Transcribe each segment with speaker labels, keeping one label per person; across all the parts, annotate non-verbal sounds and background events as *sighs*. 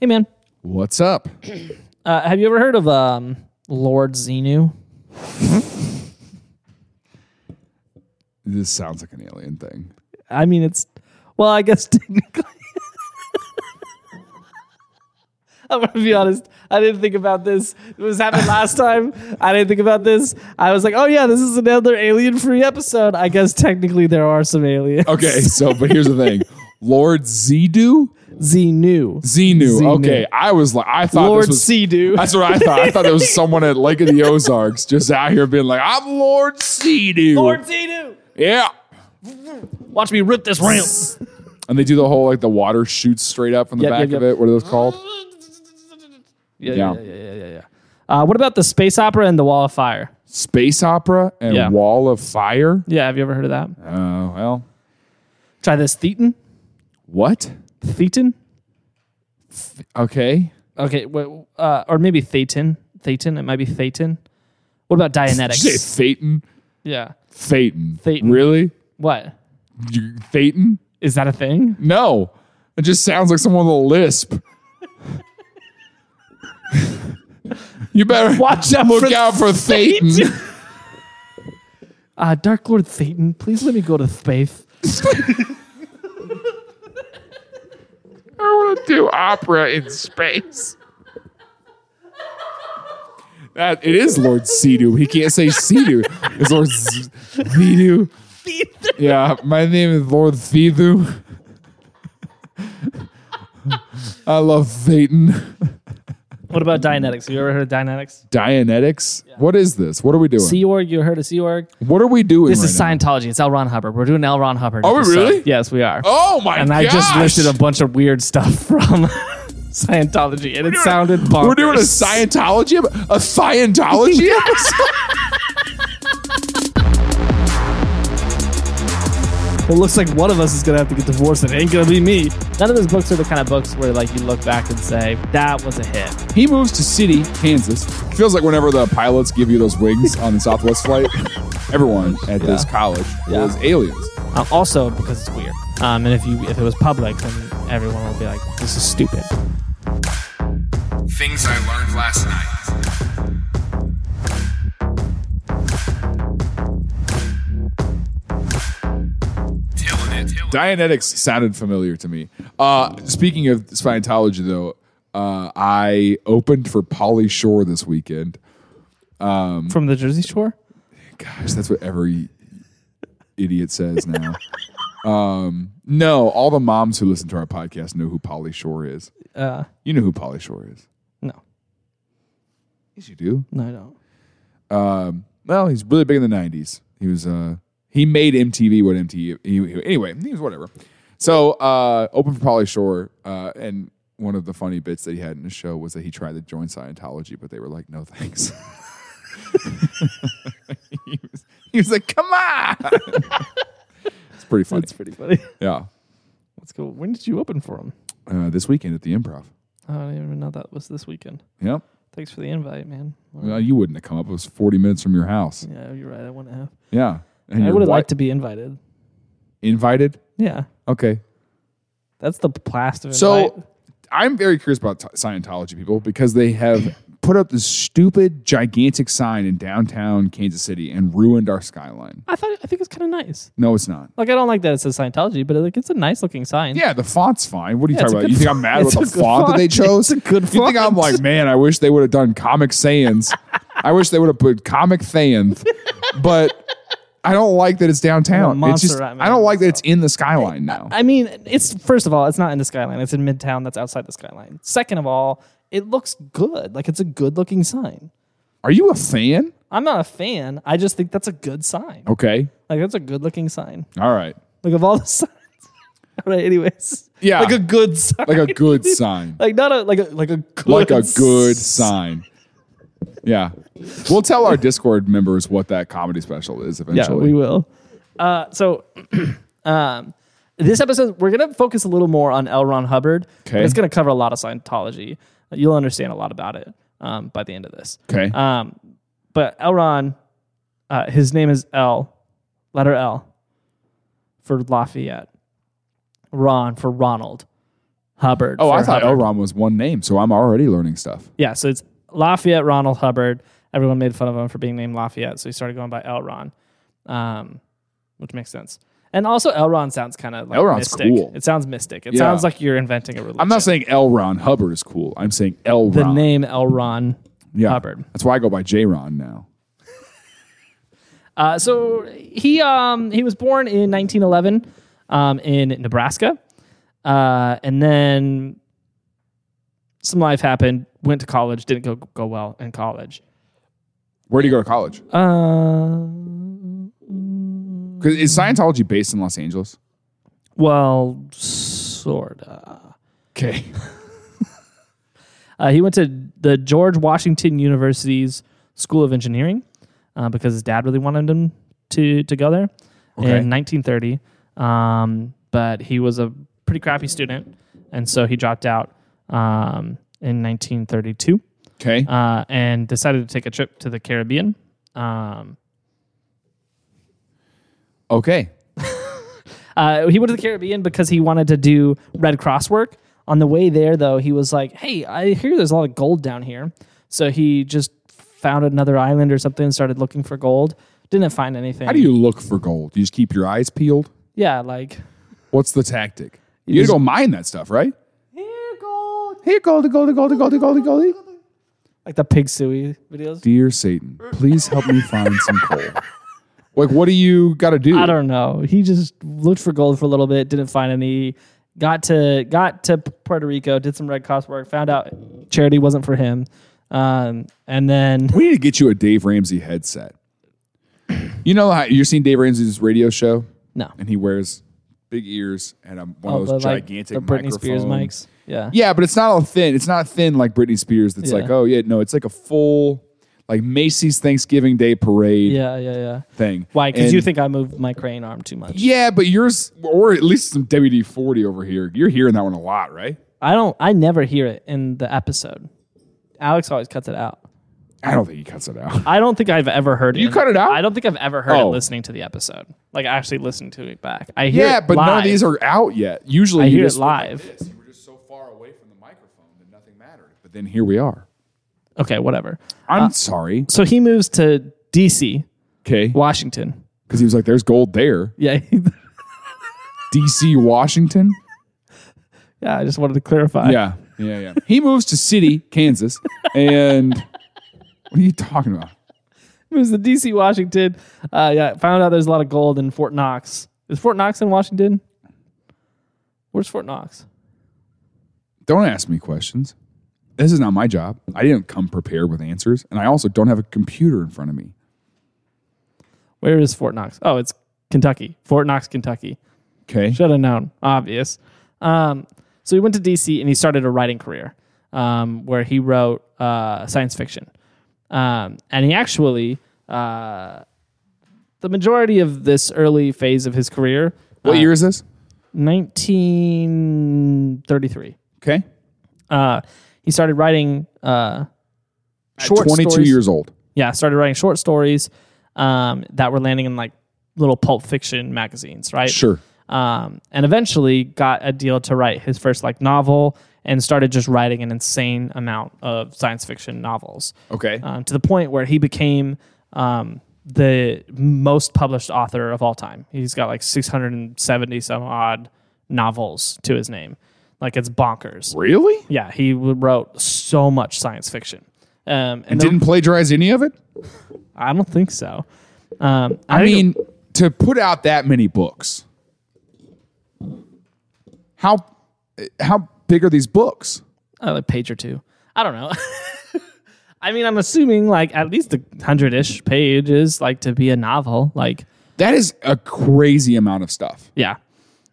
Speaker 1: Hey, man.
Speaker 2: What's up?
Speaker 1: Uh, have you ever heard of um, Lord Xenu?
Speaker 2: This sounds like an alien thing.
Speaker 1: I mean, it's well, I guess *laughs* technically. I'm gonna be honest. I didn't think about this. It was happened last time. I didn't think about this. I was like, oh yeah, this is another alien-free episode. I guess technically there are some aliens.
Speaker 2: Okay, so but here's the thing. Lord Zedu?
Speaker 1: Xenu.
Speaker 2: Zenu.
Speaker 1: Xenu.
Speaker 2: Okay. I was like I thought
Speaker 1: Lord
Speaker 2: this was
Speaker 1: Cedu.
Speaker 2: That's what I thought. I thought there was someone at Lake of the Ozarks just out here being like, I'm Lord Zedu.
Speaker 1: Lord Xenu.
Speaker 2: yeah.
Speaker 1: Watch me rip this ramp.
Speaker 2: And they do the whole like the water shoots straight up from the
Speaker 1: Yep,
Speaker 2: back
Speaker 1: yep, yep.
Speaker 2: of it. What are those called?
Speaker 1: Yeah,
Speaker 2: Yeah.
Speaker 1: yeah, yeah, yeah, yeah. yeah. Uh, what about the space opera and the Wall of Fire?
Speaker 2: Space opera and
Speaker 1: Yeah.
Speaker 2: wall of fire.
Speaker 1: Yeah, have you ever heard of that?
Speaker 2: Oh well.
Speaker 1: Try this Thetan.
Speaker 2: What?
Speaker 1: Thetan.
Speaker 2: Okay.
Speaker 1: Okay, wh- uh, or maybe Thetan. Thetan. It might be Thetan. What about
Speaker 2: Did you
Speaker 1: Dianetics?
Speaker 2: say Phaeton?
Speaker 1: yeah.
Speaker 2: Phaeton.
Speaker 1: Phaeton.
Speaker 2: Really?
Speaker 1: What
Speaker 2: You, Phaeton?
Speaker 1: is that a thing?
Speaker 2: No. It just sounds like someone with a lisp. you better
Speaker 1: Watch out!
Speaker 2: look
Speaker 1: for
Speaker 2: out for Phaeton.
Speaker 1: Uh, Dark Lord Thetan, please let me go to space.
Speaker 2: I want to do opera in space. That it is Lord Cedu. He can't say Cedu. It's Lord Z- Zedu. Yeah, my name is Lord Cedu. I love Phaeton.
Speaker 1: What about Dianetics? Have you ever heard of Dianetics?
Speaker 2: Dianetics. What is this? What are we doing?
Speaker 1: Sea Org, you heard of Sea Org?
Speaker 2: what are we doing?
Speaker 1: This
Speaker 2: right
Speaker 1: is
Speaker 2: now?
Speaker 1: Scientology. It's L. Ron Hubbard. We're doing L. Ron Hubbard.
Speaker 2: Are we
Speaker 1: episode.
Speaker 2: really?
Speaker 1: Yes, we are.
Speaker 2: Oh my!
Speaker 1: and I just
Speaker 2: gosh!
Speaker 1: listed a bunch of weird stuff *laughs* from Scientology, and it sounded bonkers.
Speaker 2: We're doing a Scientology, ep- a
Speaker 1: *laughs*
Speaker 2: Scientology episode.
Speaker 1: It looks like one of us is gonna have to get divorced, and it ain't gonna be me. None of those books are the kind of books where like you look back and say that was a hit.
Speaker 2: *laughs* He moves to City, Kansas. Feels like whenever the pilots give you those wings on the Southwest flight, everyone at this college
Speaker 1: Yeah.
Speaker 2: was aliens.
Speaker 1: Uh, also, because it's weird. Um, and if you if it was public, then everyone would be like, "This is stupid."
Speaker 3: Things I learned last night. Dylan it.
Speaker 2: Dianetics sounded familiar to me. Uh, speaking of Scientology, though, uh, I opened for Polly Shore this weekend.
Speaker 1: From the Jersey Shore.
Speaker 2: Gosh, that's what every idiot says now. um, no, all the moms who listen to our podcast know who Polly Shore is.
Speaker 1: Uh,
Speaker 2: You know who Polly Shore is.
Speaker 1: no,
Speaker 2: Yes, you do.
Speaker 1: no, I don't.
Speaker 2: Um, well, he's really big in the '90s. He was uh, he made MTV what MTV. He, he- anyway, he was whatever. So uh, open for Polly Shore, uh, and one of the funny bits that he had in the show was that he tried to join Scientology, but they were like, "No, thanks." *laughs* he, was, he was like, "Come on!" *laughs* it's pretty funny.
Speaker 1: That's pretty funny.
Speaker 2: yeah,
Speaker 1: *laughs* Let's go. When did you open for them?
Speaker 2: uh, this weekend at the Improv.
Speaker 1: I don't even know that was this weekend.
Speaker 2: Yeah,
Speaker 1: Thanks for the invite, man.
Speaker 2: well, you wouldn't have come up. It was 40 minutes from your house.
Speaker 1: Yeah, you're right. I wouldn't have.
Speaker 2: Yeah, and
Speaker 1: I
Speaker 2: your
Speaker 1: would have
Speaker 2: wi-
Speaker 1: liked to be invited.
Speaker 2: invited.
Speaker 1: Yeah,
Speaker 2: Okay,
Speaker 1: that's the blast of
Speaker 2: So
Speaker 1: invite.
Speaker 2: I'm very curious about t- Scientology people because they have *clears throat* put up this stupid, gigantic sign in downtown Kansas City and ruined our skyline.
Speaker 1: I thought I think it's kind of nice.
Speaker 2: No, it's not.
Speaker 1: Like I don't like that it says Scientology, but like it's a nice looking sign.
Speaker 2: Yeah, the font's fine. What are you
Speaker 1: Yeah, it's
Speaker 2: talking
Speaker 1: a
Speaker 2: about?
Speaker 1: good
Speaker 2: You think I'm
Speaker 1: font.
Speaker 2: mad with
Speaker 1: It's
Speaker 2: the
Speaker 1: a
Speaker 2: font,
Speaker 1: good
Speaker 2: that they
Speaker 1: font. *laughs*
Speaker 2: chose?
Speaker 1: It's a good
Speaker 2: You think I'm
Speaker 1: font.
Speaker 2: like, man, I wish they would have done
Speaker 1: *laughs*
Speaker 2: Comic Sans. I wish they would have put Comic Sans, but I don't like that it's downtown.
Speaker 1: Well,
Speaker 2: it's just,
Speaker 1: Montserrat,
Speaker 2: I don't
Speaker 1: man,
Speaker 2: like that it's in the skyline now.
Speaker 1: I mean, it's first of all, it's not in the skyline. It's in Midtown. That's outside the skyline. Second of all, it looks good. Like it's a good looking sign.
Speaker 2: Are you a fan?
Speaker 1: I'm not a fan. I just think that's a good sign.
Speaker 2: Okay.
Speaker 1: Like that's a good looking sign.
Speaker 2: All right.
Speaker 1: Like of all the *laughs* signs. all right. Anyways.
Speaker 2: Yeah.
Speaker 1: Like a good sign.
Speaker 2: Like a good sign.
Speaker 1: *laughs* Like not a like a like a good
Speaker 2: like a good
Speaker 1: s-
Speaker 2: sign. Yeah, we'll tell our Discord members what that comedy special is
Speaker 1: Yeah,
Speaker 2: eventually.
Speaker 1: we will. Uh, so, *clears throat* um, this episode we're gonna focus a little more on L. Ron Hubbard. but
Speaker 2: Okay.
Speaker 1: it's gonna cover a lot of Scientology. You'll understand a lot about it um, by the end of this.
Speaker 2: okay,
Speaker 1: Um, but L. Ron, uh, his name is L, letter L, for Lafayette. Ron for Ronald. Hubbard.
Speaker 2: Oh, I
Speaker 1: for
Speaker 2: thought
Speaker 1: Hubbard.
Speaker 2: Elron was one name, so I'm already learning stuff.
Speaker 1: Yeah, so it's Lafayette Ronald Hubbard. Everyone made fun of him for being named Lafayette, so he started going by Elron, um, which makes sense. And also, Elron sounds kind of like
Speaker 2: Elron's
Speaker 1: mystic.
Speaker 2: cool.
Speaker 1: It sounds mystic. It
Speaker 2: Yeah.
Speaker 1: sounds like you're inventing a religion.
Speaker 2: I'm not saying L. Ron Hubbard is cool. I'm saying L.
Speaker 1: the
Speaker 2: Ron.
Speaker 1: name Elron
Speaker 2: yeah.
Speaker 1: Hubbard.
Speaker 2: That's why I go by J. Ron now.
Speaker 1: Uh, so he um, he was born in 1911 um, in Nebraska, uh, and then some life happened. Went to college, didn't go go well in college.
Speaker 2: Where do you go to college?
Speaker 1: Uh,
Speaker 2: 'Cause is Scientology based in Los Angeles?
Speaker 1: well, sorta.
Speaker 2: Okay.
Speaker 1: *laughs* Uh, he went to the George Washington University's School of Engineering uh, because his dad really wanted him to to go there
Speaker 2: Okay.
Speaker 1: in 1930. Um, but he was a pretty crappy student, and so he dropped out um, in 1932
Speaker 2: Okay.
Speaker 1: uh, and decided to take a trip to the Caribbean. Um,
Speaker 2: okay.
Speaker 1: Uh, he went to the Caribbean because he wanted to do Red Cross work. On the way there, though, he was like, "Hey, I hear there's a lot of gold down here." So he just found another island or something and started looking for gold. Didn't find anything.
Speaker 2: How do you look for gold? You just keep your eyes peeled?
Speaker 1: Yeah, like
Speaker 2: What's the tactic? You go mine that stuff, right? Here, gold, gold, gold, gold, gold, gold.
Speaker 1: like the pig suey videos.
Speaker 2: Dear Satan, please help me find some coal. Like, what do you got to do?
Speaker 1: I don't know. He just looked for gold for a little bit. Didn't find any. Got to got to Puerto Rico. Did some Red Cross work. Found out charity wasn't for him. Um, and then
Speaker 2: We need to get you a Dave Ramsey headset. You know how you're seeing Dave Ramsey's radio show,
Speaker 1: no.
Speaker 2: and he wears big ears and a, one of
Speaker 1: the,
Speaker 2: those
Speaker 1: like,
Speaker 2: gigantic
Speaker 1: the Britney Spears
Speaker 2: microphone.
Speaker 1: mics. Yeah.
Speaker 2: Yeah, but it's not all thin. It's not thin like Britney Spears. That's
Speaker 1: Yeah.
Speaker 2: like, oh yeah, no, it's like a full like Macy's Thanksgiving Day parade
Speaker 1: Yeah, yeah, yeah.
Speaker 2: thing.
Speaker 1: Why? Because
Speaker 2: And-
Speaker 1: you think I moved my crane arm too much.
Speaker 2: Yeah, but yours, or at least some WD forty over here. You're hearing that one a lot, right?
Speaker 1: I don't. I never hear it in the episode. Alex always cuts it out.
Speaker 2: I don't think he cuts it out.
Speaker 1: I don't think I've ever heard it.
Speaker 2: You
Speaker 1: in-
Speaker 2: cut it out?
Speaker 1: I don't think I've ever heard
Speaker 2: Oh.
Speaker 1: it listening to the episode. Like actually listening to it back. I hear
Speaker 2: Yeah,
Speaker 1: it
Speaker 2: but none of
Speaker 1: live.
Speaker 2: these are out yet. Usually,
Speaker 1: I
Speaker 2: you
Speaker 1: hear it
Speaker 2: just
Speaker 1: live.
Speaker 2: this. You were just so far away from the microphone that nothing mattered. But then here we are.
Speaker 1: Okay, whatever.
Speaker 2: I'm sorry.
Speaker 1: So he moves to D.C.,
Speaker 2: Okay.
Speaker 1: Washington.
Speaker 2: Because he was like, there's gold there.
Speaker 1: Yeah,
Speaker 2: DC, Washington.
Speaker 1: *laughs* yeah. I just wanted to clarify.
Speaker 2: Yeah. Yeah. Yeah. he moves to City, Kansas. And *laughs* what are you talking about?
Speaker 1: moves to D.C., Washington. Uh, yeah, found out there's a lot of gold in Fort Knox. Is Fort Knox in Washington? Where's Fort Knox?
Speaker 2: Don't ask me questions. This is not my job. I didn't come prepared with answers. And I also don't have a computer in front of me.
Speaker 1: Where is Fort Knox? Oh, it's Kentucky. Fort Knox, Kentucky.
Speaker 2: Okay.
Speaker 1: Should have known. Obvious. Um, so he went to DC and he started a writing career um, where he wrote uh, science fiction. Um, and he actually, uh, the majority of this early phase of his career, uh,
Speaker 2: What year is this?
Speaker 1: 1933,
Speaker 2: Okay.
Speaker 1: uh, he started writing uh,
Speaker 2: At
Speaker 1: short
Speaker 2: 22
Speaker 1: stories.
Speaker 2: years old.
Speaker 1: yeah, started writing short stories um, that were landing in like little pulp fiction magazines, right?
Speaker 2: Sure.
Speaker 1: Um, and eventually got a deal to write his first like novel and started just writing an insane amount of science fiction novels
Speaker 2: Okay.
Speaker 1: um, to the point where he became um, the most published author of all time. He's got like 670 some odd novels to his name. Like it's bonkers.
Speaker 2: really?
Speaker 1: Yeah, he wrote so much science fiction. Um, and the-
Speaker 2: Didn't plagiarize any of it?
Speaker 1: I don't think so. Um, I,
Speaker 2: I
Speaker 1: think-
Speaker 2: mean, to put out that many books, how how big are these books?
Speaker 1: uh, a page or two. I don't know. *laughs* I mean, I'm assuming like at least a hundred ish pages, like to be a novel. Like,
Speaker 2: That is a crazy amount of stuff.
Speaker 1: yeah.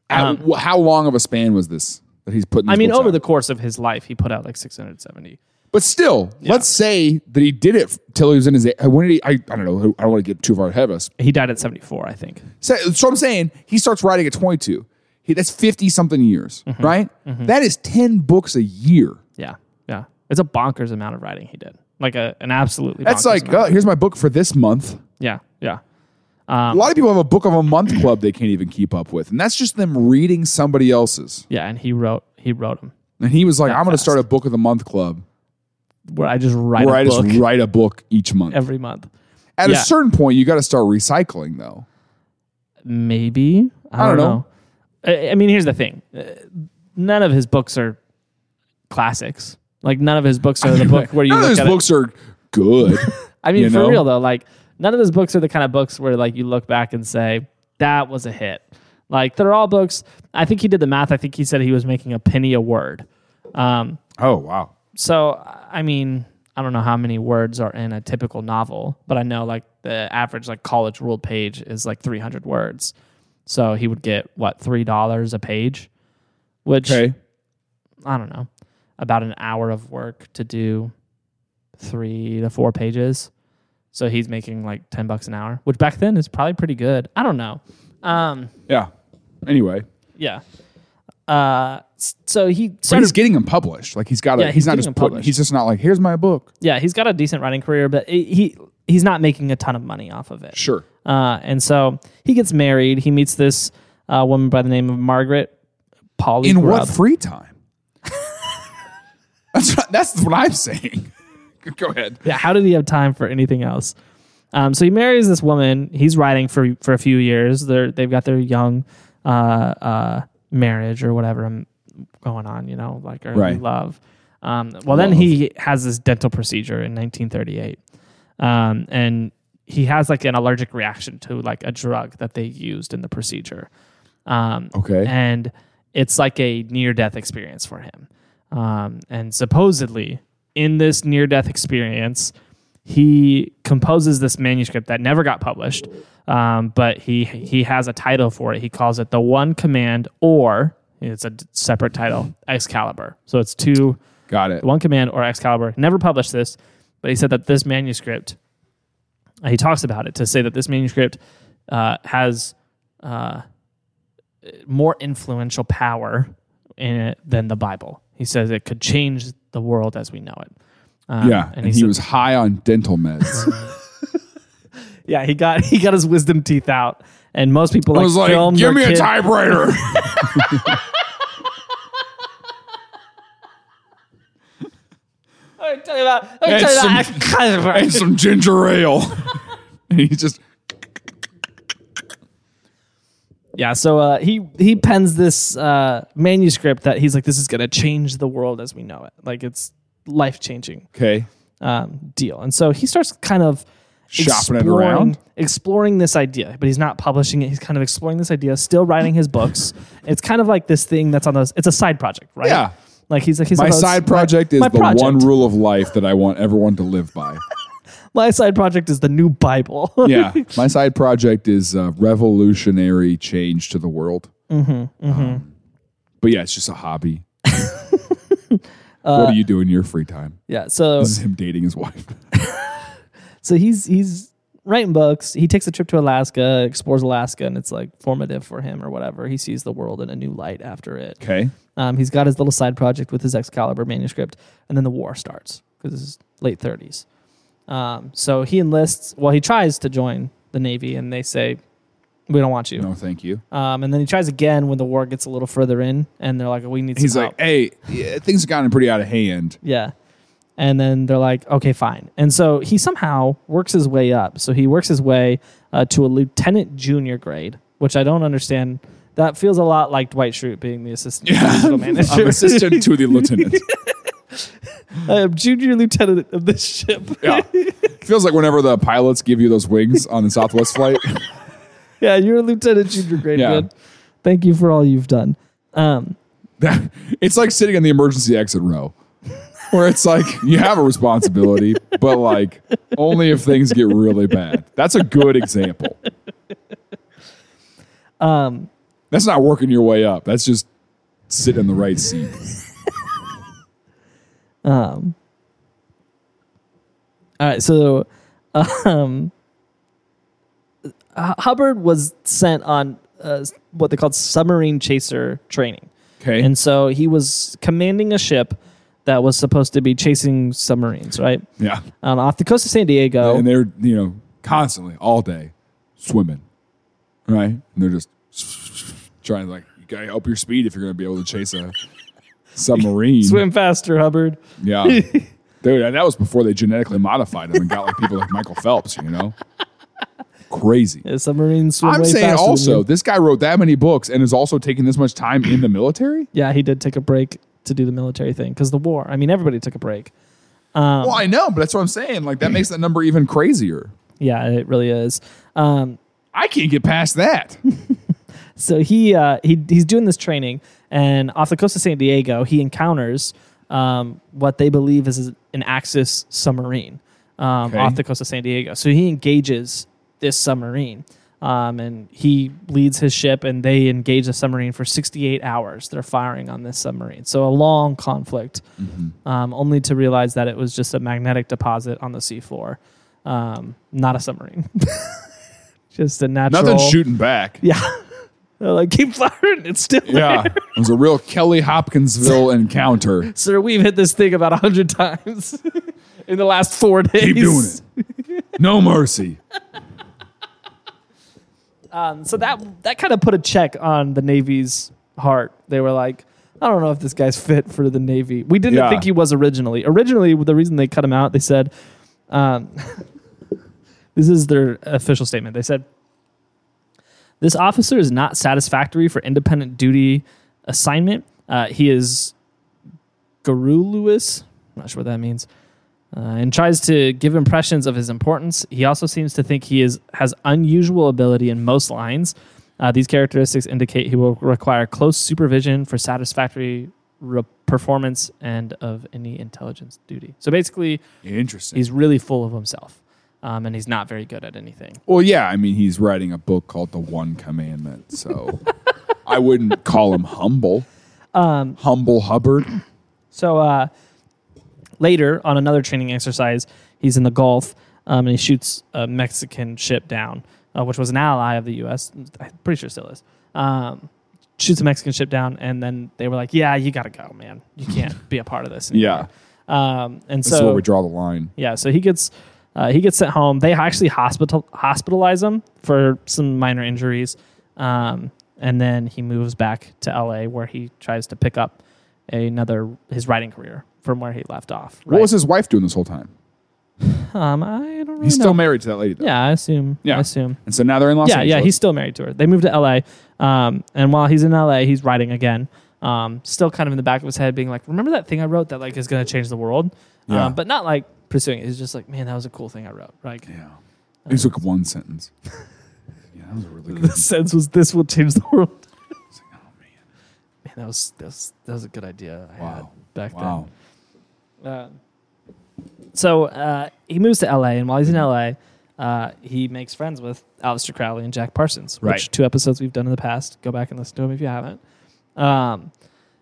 Speaker 2: How- wh- how long of a span was this that he's putting? These
Speaker 1: Um, I mean,
Speaker 2: books
Speaker 1: over
Speaker 2: out?
Speaker 1: the course of his life, he put out like 670.
Speaker 2: but still, let's say that he did it f- till he was in his. eight- When did he? I, I don't know. I don't want to get too far ahead of us.
Speaker 1: He died at 74, I think.
Speaker 2: So, so I'm saying he starts writing at 22. He, that's 50 something years,
Speaker 1: Mm-hmm.
Speaker 2: right? That is 10 books a year.
Speaker 1: Yeah, yeah. It's a bonkers amount of writing he did. Like a, an absolutely.
Speaker 2: That's
Speaker 1: bonkers
Speaker 2: like,
Speaker 1: amount.
Speaker 2: oh, here's my book for this month.
Speaker 1: yeah, yeah.
Speaker 2: A lot of people have a book of a month club they can't even keep up with, and that's just them reading somebody else's.
Speaker 1: Yeah, and he wrote he wrote them.
Speaker 2: And he was like, I'm going to
Speaker 1: fast.
Speaker 2: start a book of the month club
Speaker 1: where I just write
Speaker 2: where
Speaker 1: a
Speaker 2: I
Speaker 1: book
Speaker 2: just write a book each month.
Speaker 1: every month.
Speaker 2: At
Speaker 1: yeah.
Speaker 2: a certain point, you got to start recycling though.
Speaker 1: Maybe I,
Speaker 2: don't
Speaker 1: don't
Speaker 2: know.
Speaker 1: know. I, I mean, here's the thing: Uh, none of his books are classics. Like none of his books
Speaker 2: *laughs*
Speaker 1: are the book where you
Speaker 2: None of
Speaker 1: look
Speaker 2: those
Speaker 1: at
Speaker 2: books are
Speaker 1: *laughs*
Speaker 2: good.
Speaker 1: it. I mean,
Speaker 2: you
Speaker 1: for
Speaker 2: know?
Speaker 1: real though, like none of his books are the kind of books where like you look back and say that was a hit. Like they're all books. I think he did the math. I think he said he was making a penny a word. Um,
Speaker 2: oh wow.
Speaker 1: so I mean, I don't know how many words are in a typical novel, but I know like the average like college ruled page is like 300 words. So he would get what three dollars a page, which
Speaker 2: Okay.
Speaker 1: I don't know, about an hour of work to do three to four pages. So he's making like 10 bucks an hour, which back then is probably pretty good. I don't know. Um,
Speaker 2: Yeah. Anyway,
Speaker 1: yeah. Uh, s- so he
Speaker 2: but
Speaker 1: started
Speaker 2: he's getting them published. Like he's got. to
Speaker 1: Yeah,
Speaker 2: he's,
Speaker 1: he's
Speaker 2: not
Speaker 1: getting
Speaker 2: just
Speaker 1: them
Speaker 2: putting.
Speaker 1: published.
Speaker 2: He's just not like here's my book.
Speaker 1: yeah, he's got a decent writing career, but it, he he's not making a ton of money off of it.
Speaker 2: Sure.
Speaker 1: Uh, and so he gets married. He meets this uh, woman by the name of Margaret Polly.
Speaker 2: In what free time? *laughs* that's what, that's what I'm saying. *laughs* Go ahead.
Speaker 1: yeah, how did he have time for anything else? Um, so he marries this woman. He's writing for for a few years. They're they've got their young uh, uh, marriage or whatever um, going on, you know, like early
Speaker 2: Right.
Speaker 1: love. Um, well, then he has this dental procedure in 1938, um, and he has like an allergic reaction to like a drug that they used in the procedure. Um,
Speaker 2: Okay.
Speaker 1: and it's like a near death experience for him. Um, and supposedly, in this near death experience, he composes this manuscript that never got published, um, but he he has a title for it. He calls it the One Command, or it's a d- separate title, Excalibur. So it's two
Speaker 2: Got it.
Speaker 1: one Command or Excalibur. Never published this, but he said that this manuscript, uh, he talks about it to say that this manuscript uh, has uh, more influential power in it than the Bible. He says it could change the world as we know it. Um,
Speaker 2: yeah, and,
Speaker 1: he
Speaker 2: he
Speaker 1: said-
Speaker 2: was high on dental meds.
Speaker 1: yeah, he got *laughs* he got his wisdom teeth out, and most people
Speaker 2: I
Speaker 1: like,
Speaker 2: was like,
Speaker 1: filmed
Speaker 2: "Give
Speaker 1: their
Speaker 2: me a
Speaker 1: kid-
Speaker 2: typewriter."
Speaker 1: Let me tell you about- let me
Speaker 2: And
Speaker 1: tell you about
Speaker 2: some- *laughs*
Speaker 1: Excalibur.
Speaker 2: and some ginger ale. and he's just
Speaker 1: Yeah, so uh, he he pens this uh, manuscript that he's like, this is gonna change the world as we know it. Like it's life changing
Speaker 2: okay.
Speaker 1: um, deal. And so he starts kind of
Speaker 2: Shopping it
Speaker 1: exploring-
Speaker 2: around?
Speaker 1: exploring this idea, but he's not publishing it. He's kind of exploring this idea, still writing his books. It's kind of like this thing that's on those. It's a side project, right?
Speaker 2: Yeah.
Speaker 1: Like he's like he's
Speaker 2: My
Speaker 1: like, oh, it's
Speaker 2: side project is
Speaker 1: my
Speaker 2: the
Speaker 1: project.
Speaker 2: one rule of life that I want everyone to live by.
Speaker 1: *laughs* My side project is the new Bible. *laughs*
Speaker 2: Yeah, my side project is uh, revolutionary change to the world. Mm-hmm, but yeah, it's just a hobby. what do you do in your free time?
Speaker 1: yeah. So
Speaker 2: This is him dating his wife. *laughs*
Speaker 1: so he's he's writing books. He takes a trip to Alaska, explores Alaska, and it's like formative for him or whatever. He sees the world in a new light after it.
Speaker 2: Okay,
Speaker 1: Um, he's got his little side project with his Excalibur manuscript, and then the war starts because this is late thirties. Um, so he enlists. Well, he tries to join the navy, and they say, "We don't want you."
Speaker 2: no, thank you.
Speaker 1: Um, and then he tries again when the war gets a little further in, and they're like, "We need."
Speaker 2: He's
Speaker 1: some
Speaker 2: like,
Speaker 1: help."
Speaker 2: hey, yeah, things have gotten pretty out of hand.
Speaker 1: Yeah. And then they're like, okay, fine. And so he somehow works his way up. So he works his way uh, to a lieutenant junior grade, which I don't understand. That feels a lot like Dwight Schrute being the assistant digital
Speaker 2: *laughs*
Speaker 1: manager. *laughs*
Speaker 2: I'm assistant to the lieutenant.
Speaker 1: I am junior lieutenant of this ship. *laughs*
Speaker 2: Yeah, *laughs* feels like whenever the pilots give you those wings on the Southwest flight. *laughs*
Speaker 1: yeah, you're a lieutenant junior grade,
Speaker 2: Yeah.
Speaker 1: man. Thank you for all you've done. Um,
Speaker 2: that- it's like sitting in the emergency exit row where it's like you have a responsibility but like only if things get really bad that's a good example um that's not working your way up that's just sitting in the right seat
Speaker 1: all right, so *laughs* um, Hu- Hubbard was sent on uh, what they called submarine chaser training.
Speaker 2: okay
Speaker 1: And so he was commanding a ship that was supposed to be chasing submarines, right?
Speaker 2: yeah
Speaker 1: Um, off the coast of San Diego.
Speaker 2: and they're you know constantly all day swimming right and they're just trying to like you gotta up your speed if you're gonna be able to chase a
Speaker 1: *laughs*
Speaker 2: submarine.
Speaker 1: Swim faster, Hubbard. *laughs*
Speaker 2: Yeah. Dude, and that was before they genetically modified him and got like people like Michael Phelps, you know? Crazy.
Speaker 1: Yeah, submarines swim
Speaker 2: I'm
Speaker 1: way
Speaker 2: saying
Speaker 1: faster than
Speaker 2: also,
Speaker 1: you.
Speaker 2: this guy wrote that many books and is also taking this much time in the military?
Speaker 1: Yeah, he did take a break to do the military thing because the war. I mean, everybody took a break. Uh.
Speaker 2: Well, I know, but that's what I'm saying. Like, that makes that number even crazier.
Speaker 1: Yeah, it really is. Um,
Speaker 2: I can't get past that.
Speaker 1: *laughs* so he uh, he he's doing this training, and off the coast of San Diego, he encounters um, what they believe is an Axis submarine um,
Speaker 2: Okay.
Speaker 1: off the coast of San Diego. So he engages this submarine, um, and he leads his ship, and they engage the submarine for 68 hours. They're firing on this submarine, so a long conflict,
Speaker 2: Mm-hmm.
Speaker 1: um, only to realize that it was just a magnetic deposit on the seafloor, um, not a submarine. *laughs* Just a natural.
Speaker 2: Nothing shooting back.
Speaker 1: Yeah. *laughs* They're like, keep firing. It's still
Speaker 2: *laughs* Yeah.
Speaker 1: there.
Speaker 2: It was a real Kelly Hopkinsville encounter.
Speaker 1: Sir, we've hit this thing about a hundred times *laughs* in the last four days.
Speaker 2: Keep doing it. No mercy.
Speaker 1: Um, so that that kind of put a check on the Navy's heart. They were like, I don't know if this guy's fit for the Navy. We didn't
Speaker 2: Yeah.
Speaker 1: think he was originally. Originally, the reason they cut him out, they said, um, *laughs* this is their official statement. They said, this officer is not satisfactory for independent duty assignment. Uh, he is garrulous. I'm not sure what that means. uh, and tries to give impressions of his importance. He also seems to think he is has unusual ability in most lines. Uh, these characteristics indicate he will require close supervision for satisfactory re- performance and of any intelligence duty. So basically,
Speaker 2: Interesting.
Speaker 1: he's really full of himself, um, and he's not very good at anything.
Speaker 2: Well, yeah, I mean, he's writing a book called The One Commandment, so I wouldn't call him humble.
Speaker 1: Um,
Speaker 2: humble Hubbard.
Speaker 1: So uh, later on another training exercise, he's in the Gulf um, and he shoots a Mexican ship down, uh, which was an ally of the U.S. I'm pretty sure still is. Um, shoots a Mexican ship down, and then they were like, "Yeah, you gotta go, man. You can't be a part of this." Anymore.
Speaker 2: Yeah,
Speaker 1: Um, and
Speaker 2: this
Speaker 1: so
Speaker 2: is where we draw the line.
Speaker 1: yeah, so he gets uh, he gets sent home. They actually hospital hospitalize him for some minor injuries, um, and then he moves back to L.A. where he tries to pick up another his writing career from where he left off.
Speaker 2: What
Speaker 1: right?
Speaker 2: was his wife doing this whole time?
Speaker 1: Um, I don't really
Speaker 2: He's
Speaker 1: know.
Speaker 2: still married to that lady, though.
Speaker 1: yeah, I assume.
Speaker 2: Yeah.
Speaker 1: I assume.
Speaker 2: And so now they're in Los
Speaker 1: yeah,
Speaker 2: Angeles.
Speaker 1: yeah. He's still married to her. They moved to L.A. Um, and while he's in L.A., he's writing again. Um, still kind of in the back of his head, being like, "Remember that thing I wrote that like is going to change the world,"
Speaker 2: Yeah.
Speaker 1: um, but not like pursuing it. He's just like, "Man, that was a cool thing I wrote." Like,
Speaker 2: Yeah. He's like
Speaker 1: *laughs*
Speaker 2: one sentence. yeah, that was a really good. Oh,
Speaker 1: the sense was this will change the world. Man, that was that was, that was a good idea I had
Speaker 2: Wow.
Speaker 1: back
Speaker 2: Wow.
Speaker 1: then. Uh, so uh, he moves to LA, and while he's in LA, uh, he makes friends with Aleister Crowley and Jack Parsons, which
Speaker 2: Right.
Speaker 1: two episodes we've done in the past. Go back and listen to them if you haven't. Um,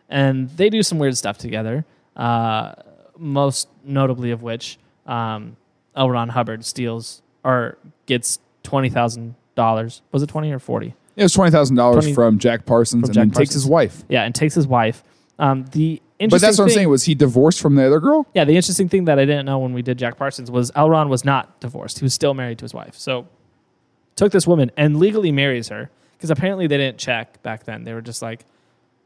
Speaker 1: and they do some weird stuff together. Uh, most notably of which, um, L. Ron Hubbard steals or gets twenty thousand dollars. Was it twenty or forty?
Speaker 2: It was twenty thousand dollars
Speaker 1: 20
Speaker 2: from Jack Parsons,
Speaker 1: from
Speaker 2: and
Speaker 1: Jack
Speaker 2: then takes
Speaker 1: Parsons.
Speaker 2: his wife.
Speaker 1: Yeah, and takes his wife. Um, the interesting
Speaker 2: But that's what I'm
Speaker 1: thing-
Speaker 2: saying. Was he divorced from the other girl?
Speaker 1: Yeah, the interesting thing that I didn't know when we did Jack Parsons was Elron was not divorced. He was still married to his wife. So took this woman and legally marries her because apparently they didn't check back then. They were just like,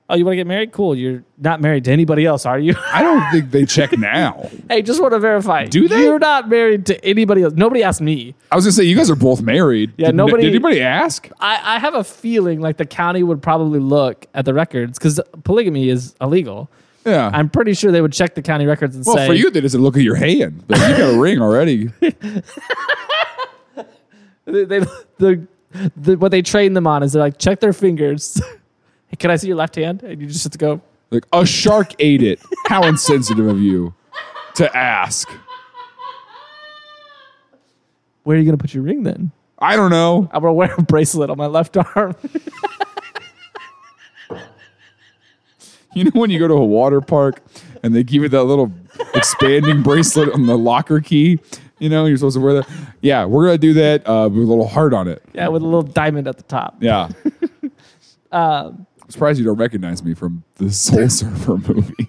Speaker 1: "Oh, you want to get married? Cool. You're not married to anybody else, are you?
Speaker 2: I don't think they check now.
Speaker 1: *laughs* hey, just want to verify.
Speaker 2: Do they?
Speaker 1: You're not married to anybody else. Nobody asked me.
Speaker 2: I was gonna say you guys are both married.
Speaker 1: Yeah,
Speaker 2: Did-
Speaker 1: nobody-
Speaker 2: Did anybody ask?
Speaker 1: I, I have a feeling like the county would probably look at the records because polygamy is illegal.
Speaker 2: Yeah.
Speaker 1: I'm pretty sure they would check the county records and
Speaker 2: Well,
Speaker 1: say,
Speaker 2: for you, they just look at your hand. Like, you got a ring already.
Speaker 1: they, they the, the what they train them on is they're like check their fingers. *laughs* Hey, Can I see your left hand? And you just have to go.
Speaker 2: Like a shark ate it. How insensitive of you to ask.
Speaker 1: Where are you gonna put your ring then? *laughs*
Speaker 2: I don't know.
Speaker 1: I'm gonna wear a bracelet on my left arm. *laughs*
Speaker 2: You know when you go to a water park and they give you that little expanding bracelet on the locker key. You know you're supposed to wear that. Yeah, we're gonna do that uh, with a little heart on it.
Speaker 1: yeah, with a little diamond at the top. *laughs*
Speaker 2: Yeah.
Speaker 1: Um,
Speaker 2: I'm surprised you don't recognize me from the Soul Surfer movie.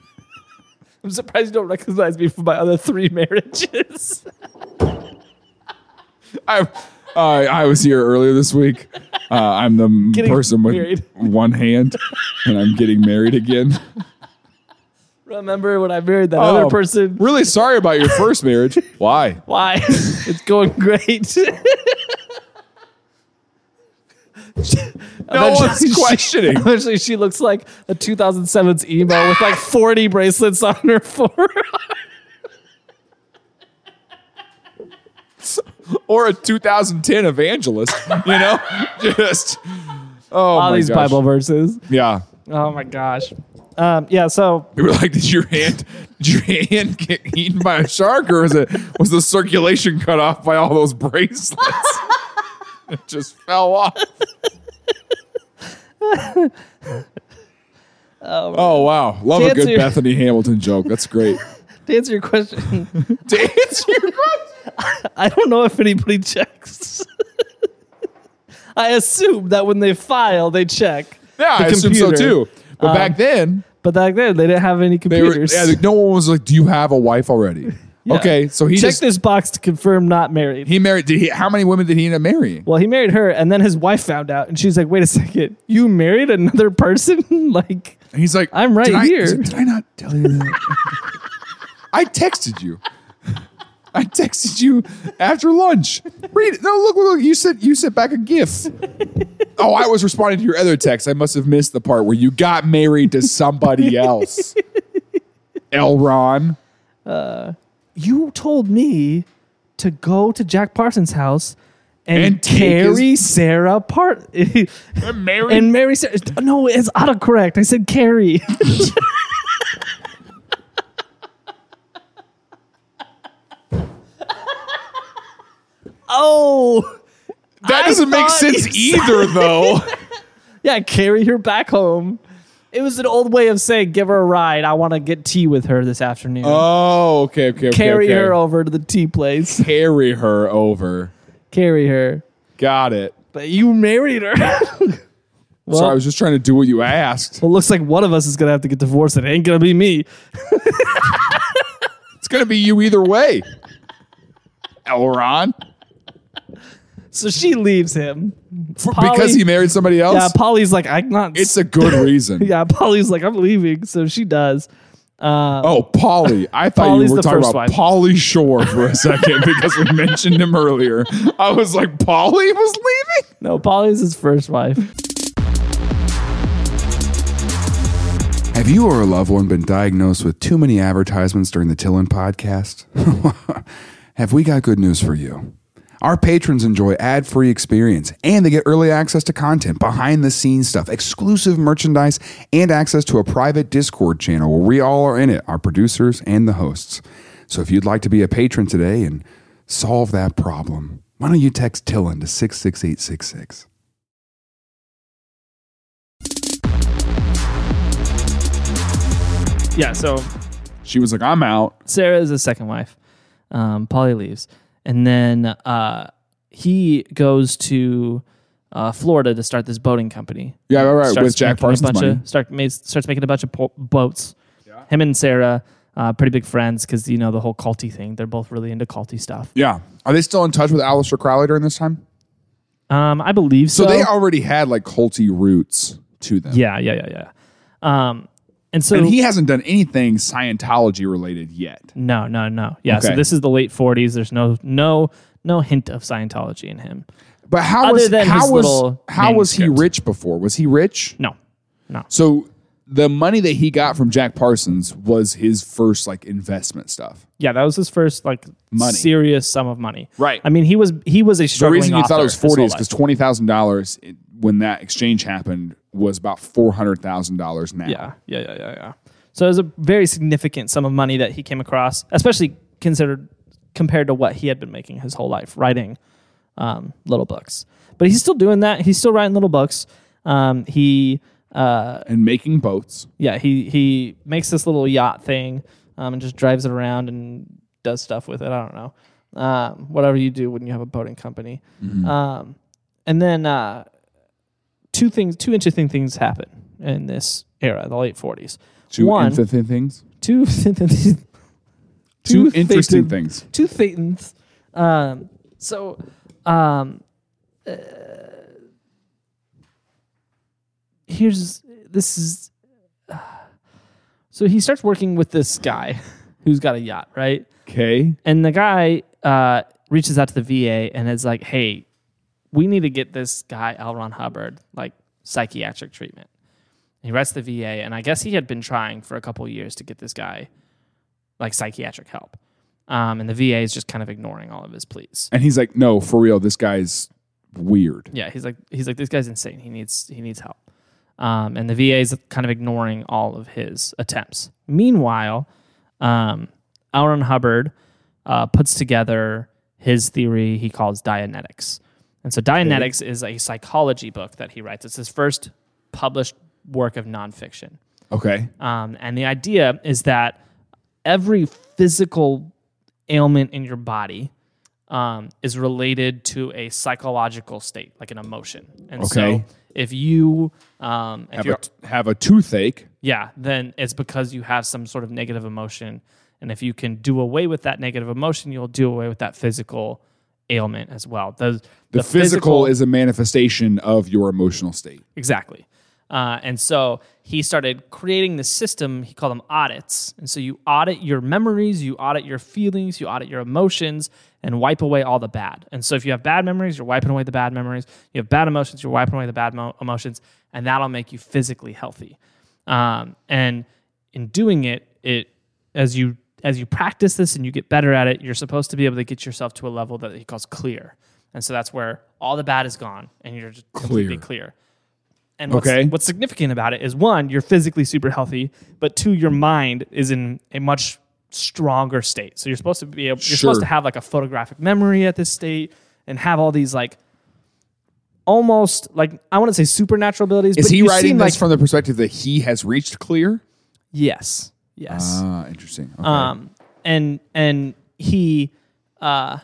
Speaker 1: I'm surprised you don't recognize me from my other three *laughs* marriages. *laughs*
Speaker 2: I, uh, I was here earlier this week. Uh, I'm the m-
Speaker 1: Getting
Speaker 2: person with
Speaker 1: married.
Speaker 2: one hand, and I'm getting married again.
Speaker 1: Remember when I married that
Speaker 2: Oh,
Speaker 1: other person?
Speaker 2: Really sorry about your first marriage. Why?
Speaker 1: *laughs* Why? it's going great. *laughs*
Speaker 2: No one's
Speaker 1: *laughs*
Speaker 2: questioning.
Speaker 1: Eventually, she looks like a 2007's emo with like 40 bracelets on her *laughs* forearm.
Speaker 2: or a 2010 evangelist, you know? *laughs* Just oh
Speaker 1: All
Speaker 2: my
Speaker 1: these
Speaker 2: gosh.
Speaker 1: Bible verses.
Speaker 2: Yeah.
Speaker 1: Oh my gosh. Um, yeah, so
Speaker 2: We were like, did your hand did your hand get eaten by a shark or was it was the circulation cut off by all those bracelets? *laughs* it just fell off. Oh, wow. Love a
Speaker 1: Cancer.
Speaker 2: good Bethany Hamilton joke.
Speaker 1: *laughs*
Speaker 2: That's great.
Speaker 1: to answer your question,
Speaker 2: *laughs* to answer your
Speaker 1: *laughs* I don't know if anybody checks. *laughs* I assume that when they file, they check.
Speaker 2: Yeah,
Speaker 1: The
Speaker 2: I assume so
Speaker 1: computer.
Speaker 2: too. But back then,
Speaker 1: But back then, they didn't have any
Speaker 2: they were,
Speaker 1: computers.
Speaker 2: yeah, like, no one was like, "Do you have a wife already?" Okay, so he
Speaker 1: check
Speaker 2: just
Speaker 1: this box to confirm not married.
Speaker 2: he married. Did he? How many women did he end up marrying?
Speaker 1: well, he married her, and then his wife found out, and she's like, "Wait a second, you married another person? *laughs* like,
Speaker 2: And he's like,
Speaker 1: I'm right
Speaker 2: "Did I-"
Speaker 1: here.
Speaker 2: he's like, Did I not tell you? that?" *laughs* I texted you. *laughs* I texted you after lunch. Read it. No, look, look, look. You sent you sent back a GIF. Oh, I was responding to your other text. I must have missed the part where you got married to
Speaker 1: *laughs*
Speaker 2: somebody else. Elron.
Speaker 1: you told me to go to Jack Parsons' house and,
Speaker 2: And take
Speaker 1: carry Sarah *laughs* Part
Speaker 2: I'm married.
Speaker 1: and marry Sarah." No, it's autocorrect. I said carry. *laughs* oh.
Speaker 2: that
Speaker 1: I
Speaker 2: doesn't make
Speaker 1: thought you *laughs*
Speaker 2: sense either, though.
Speaker 1: Yeah, carry her back home. It was an old way of saying, give her a ride. I want to get tea with her this afternoon.
Speaker 2: Oh, okay, okay, okay.
Speaker 1: carry
Speaker 2: okay.
Speaker 1: her over to the tea place.
Speaker 2: Carry her over.
Speaker 1: carry her.
Speaker 2: Got it.
Speaker 1: But you married her. *laughs* well,
Speaker 2: Sorry, I was just trying to do what you asked.
Speaker 1: well, looks like one of us is going to have to get divorced. It ain't going to be me.
Speaker 2: It's gonna be you either way. Elron,
Speaker 1: So she leaves him.
Speaker 2: For-
Speaker 1: Polly-
Speaker 2: because he married somebody else.
Speaker 1: Yeah, Polly's like, I'm not.
Speaker 2: it's a good reason.
Speaker 1: *laughs* yeah, Polly's like, I'm leaving. So she does.
Speaker 2: Oh, Polly. I thought
Speaker 1: Polly's
Speaker 2: you were
Speaker 1: the
Speaker 2: talking
Speaker 1: first
Speaker 2: about
Speaker 1: wife.
Speaker 2: Polly Shore for a second because we mentioned him earlier. I was like, Polly was leaving.
Speaker 1: No, Polly's his first wife.
Speaker 4: Have you or a loved one been diagnosed with too many advertisements during the Tillin podcast? *laughs* Have we got good news for you? Our patrons enjoy ad free experience and they get early access to content, behind the scenes stuff, exclusive merchandise, and access to a private Discord channel where we all are in it, our producers and the hosts. So if you'd like to be a patron today and solve that problem, why don't you text Tillin to 66866?
Speaker 1: Yeah, so
Speaker 2: She was like, I'm out.
Speaker 1: Sarah is his second wife. Um, Polly leaves, and then uh, he goes to uh, Florida to start this boating company.
Speaker 2: Yeah, right, right, with Jack
Speaker 1: making a
Speaker 2: Parsons'
Speaker 1: bunch
Speaker 2: money.
Speaker 1: Of, start ma- starts making a bunch of po- boats. Him and Sarah, uh, pretty big friends because you know the whole culty thing. They're both really into culty stuff.
Speaker 2: Yeah. Are they still in touch with Aleister Crowley during this time?
Speaker 1: Um, I believe so.
Speaker 2: So they already had like culty roots to them.
Speaker 1: Yeah, yeah, yeah, yeah. Um, and so
Speaker 2: And he hasn't done anything Scientology related yet.
Speaker 1: no, no, no. Yeah. So
Speaker 2: Okay.
Speaker 1: this is the late '40s. There's no, no, no hint of Scientology in him.
Speaker 2: But how
Speaker 1: Other
Speaker 2: was
Speaker 1: than
Speaker 2: how
Speaker 1: his
Speaker 2: was
Speaker 1: little
Speaker 2: how was he
Speaker 1: manuscript.
Speaker 2: rich before? Was he rich?
Speaker 1: No.
Speaker 2: So the money that he got from Jack Parsons was his first like investment stuff.
Speaker 1: Yeah, that was his first like
Speaker 2: Money.
Speaker 1: serious sum of money.
Speaker 2: Right.
Speaker 1: I mean, he was he was a
Speaker 2: The
Speaker 1: struggling
Speaker 2: reason you thought it
Speaker 1: author
Speaker 2: was
Speaker 1: his whole
Speaker 2: forty is
Speaker 1: life.
Speaker 2: because twenty thousand dollars when that exchange happened was about four hundred thousand dollars now.
Speaker 1: yeah, yeah, yeah, yeah, yeah. So it was a very significant sum of money that he came across, especially considered compared to what he had been making his whole life writing um, little books. But he's still doing that. He's still writing little books. Um, he uh,
Speaker 2: And making boats.
Speaker 1: yeah he he makes this little yacht thing um, and just drives it around and does stuff with it. I don't know. Um, whatever you do when you have a boating company. Um, and then uh, two things, two interesting things happen in this era, the late forties.
Speaker 2: Two
Speaker 1: One,
Speaker 2: interesting things.
Speaker 1: two, *laughs* two,
Speaker 2: Two interesting
Speaker 1: things
Speaker 2: things.
Speaker 1: two Thetans. Um, so, um, uh, here's this is uh, So he starts working with this guy *laughs* who's got a yacht, right?
Speaker 2: Okay.
Speaker 1: And the guy uh, reaches out to the VA and is like, "Hey, we need to get this guy L. Ron Hubbard like psychiatric treatment." And he writes the VA, and I guess he had been trying for a couple years to get this guy like psychiatric help, um, and the VA is just kind of ignoring all of his pleas.
Speaker 2: And he's like, no, for real, this guy's weird.
Speaker 1: Yeah, he's like he's like this guy's insane. He needs he needs help. Um, and the VA is kind of ignoring all of his attempts. Meanwhile, um, Alron Hubbard uh, puts together his theory he calls Dianetics. And so Dianetics is a psychology book that he writes. It's his first published work of nonfiction.
Speaker 2: Okay.
Speaker 1: Um, and the idea is that every physical ailment in your body um, is related to a psychological state, like an emotion. And
Speaker 2: Okay.
Speaker 1: so if you, um, if
Speaker 2: Have
Speaker 1: you're,
Speaker 2: a, have a toothache.
Speaker 1: yeah, then it's because you have some sort of negative emotion. And if you can do away with that negative emotion, you'll do away with that physical ailment as well. The,
Speaker 2: The, physical, is a manifestation of your emotional state.
Speaker 1: Exactly. Uh, and so he started creating this system. He called them audits. And so you audit your memories, you audit your feelings, you audit your emotions, and wipe away all the bad. And so if you have bad memories, you're wiping away the bad memories. You have bad emotions, you're wiping away the bad mo- emotions, and that'll make you physically healthy. Um, and in doing it, it as you as you practice this and you get better at it, you're supposed to be able to get yourself to a level that he calls clear. And so that's where all the bad is gone, and you're just completely clear. And what's,
Speaker 2: Okay.
Speaker 1: what's significant about it is one, you're physically super healthy, but two, your mind is in a much stronger state. So you're supposed to be able, you're
Speaker 2: Sure.
Speaker 1: supposed to have like a photographic memory at this state and have all these like almost like I want to say supernatural abilities.
Speaker 2: Is
Speaker 1: but
Speaker 2: he
Speaker 1: you
Speaker 2: writing
Speaker 1: seem
Speaker 2: this
Speaker 1: like,
Speaker 2: from the perspective that he has reached clear?
Speaker 1: Yes, yes.
Speaker 2: Ah, interesting. Okay.
Speaker 1: um, and and he uh,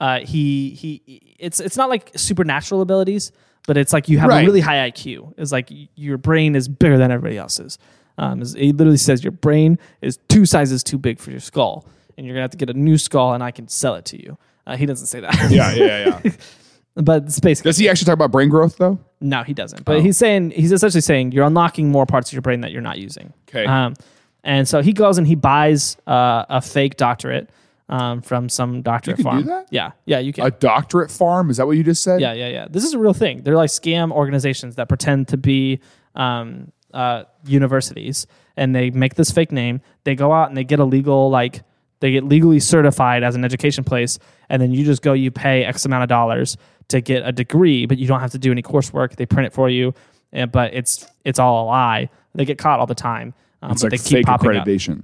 Speaker 1: uh, he he it's it's not like supernatural abilities but it's like you have
Speaker 2: Right.
Speaker 1: a really high IQ it's like y- your brain is bigger than everybody else's um, is- he literally says your brain is two sizes too big for your skull and you're gonna have to get a new skull and I can sell it to you uh, he doesn't say that
Speaker 2: yeah, yeah, yeah.
Speaker 1: *laughs* but it's basically
Speaker 2: Does he actually talk about brain growth though?
Speaker 1: no, he doesn't.
Speaker 2: Oh.
Speaker 1: But he's saying he's essentially saying you're unlocking more parts of your brain that you're not using.
Speaker 2: 'Kay.
Speaker 1: Um, and so he goes and he buys uh, a fake doctorate um, from some doctorate
Speaker 2: You can
Speaker 1: farm.
Speaker 2: do that?
Speaker 1: Yeah, yeah, you can.
Speaker 2: A doctorate farm? Is that what you just said?
Speaker 1: yeah, yeah, yeah. This is a real thing. They're like scam organizations that pretend to be um, uh, universities, and they make this fake name. They go out and they get a legal like they get legally certified as an education place, and then you just go, you pay X amount of dollars to get a degree, but you don't have to do any coursework. They print it for you, and, but it's it's all a lie. They get caught all the time, um,
Speaker 2: It's
Speaker 1: but
Speaker 2: like
Speaker 1: they keep
Speaker 2: fake
Speaker 1: popping up.
Speaker 2: accreditation.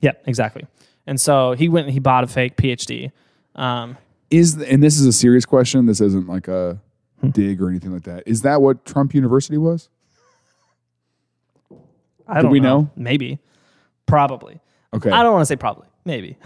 Speaker 1: Yeah, exactly. And so he went and he bought a fake PhD. Um,
Speaker 2: Is th- and this is a serious question. This isn't like a
Speaker 1: Hmm.
Speaker 2: dig or anything like that. Is that what Trump University was?
Speaker 1: I don't
Speaker 2: we know?
Speaker 1: know. Maybe, probably.
Speaker 2: Okay.
Speaker 1: I don't want to say probably.
Speaker 2: *laughs*
Speaker 1: Maybe.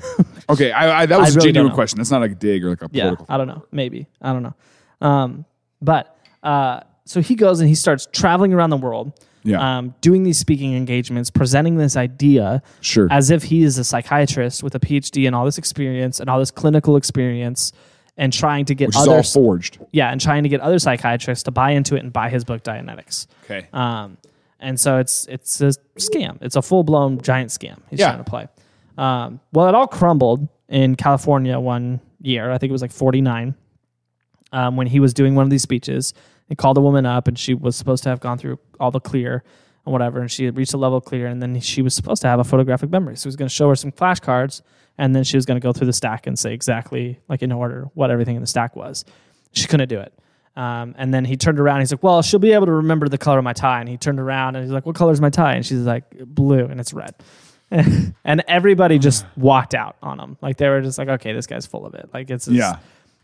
Speaker 2: Okay, I, I, that
Speaker 1: I
Speaker 2: was
Speaker 1: really
Speaker 2: a
Speaker 1: don't
Speaker 2: genuine
Speaker 1: know.
Speaker 2: question. That's not like a dig or like a
Speaker 1: yeah.
Speaker 2: political.
Speaker 1: I don't know. Maybe. I don't know. Um, but uh, so he goes and he starts traveling around the world,
Speaker 2: Yeah.
Speaker 1: um, doing these speaking engagements, presenting this idea
Speaker 2: Sure.
Speaker 1: as if he is a psychiatrist with a PhD and all this experience and all this clinical experience and trying to get
Speaker 2: Which is all
Speaker 1: others
Speaker 2: forged.
Speaker 1: yeah, and trying to get other psychiatrists to buy into it and buy his book Dianetics.
Speaker 2: Okay.
Speaker 1: Um, and so it's it's a scam. It's a full blown giant scam. He's
Speaker 2: Yeah.
Speaker 1: trying to play. Um, well, it all crumbled in California one year. I think it was like forty nine. Um, when he was doing one of these speeches, he called a woman up, and she was supposed to have gone through all the clear and whatever, and she had reached a level of clear, and then she was supposed to have a photographic memory. So he was going to show her some flashcards, and then she was going to go through the stack and say exactly like in order what everything in the stack was. She couldn't do it. Um, and then he turned around. He's like, "Well, she'll be able to remember the color of my tie." And he turned around and he's like, "What color is my tie?" And she's like, "Blue," and it's red. *laughs* and everybody just walked out on him. Like they were just like, "Okay, this guy's full of it. Like it's it's-
Speaker 2: Yeah.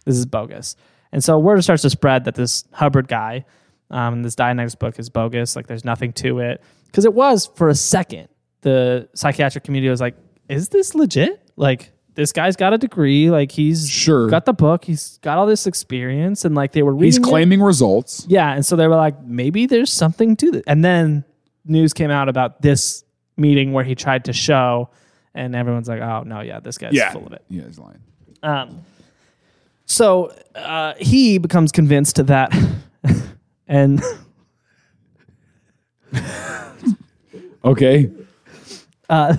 Speaker 1: this is bogus." And so word starts to spread that this Hubbard guy, um, this Dianetics book is bogus. Like there's nothing to it because it was for a second the psychiatric community was like, "Is this legit?" Like this guy's got a degree. Like he's
Speaker 2: Sure.
Speaker 1: got the book. He's got all this experience, and like they were reading.
Speaker 2: He's
Speaker 1: it.
Speaker 2: claiming results.
Speaker 1: Yeah, and so they were like, maybe there's something to this. And then news came out about this meeting where he tried to show, and everyone's like, oh no, yeah, this guy's
Speaker 2: Yeah.
Speaker 1: full of it.
Speaker 2: Yeah, he's lying.
Speaker 1: Um, so uh, he becomes convinced that, *laughs* and
Speaker 2: Okay.
Speaker 1: Uh,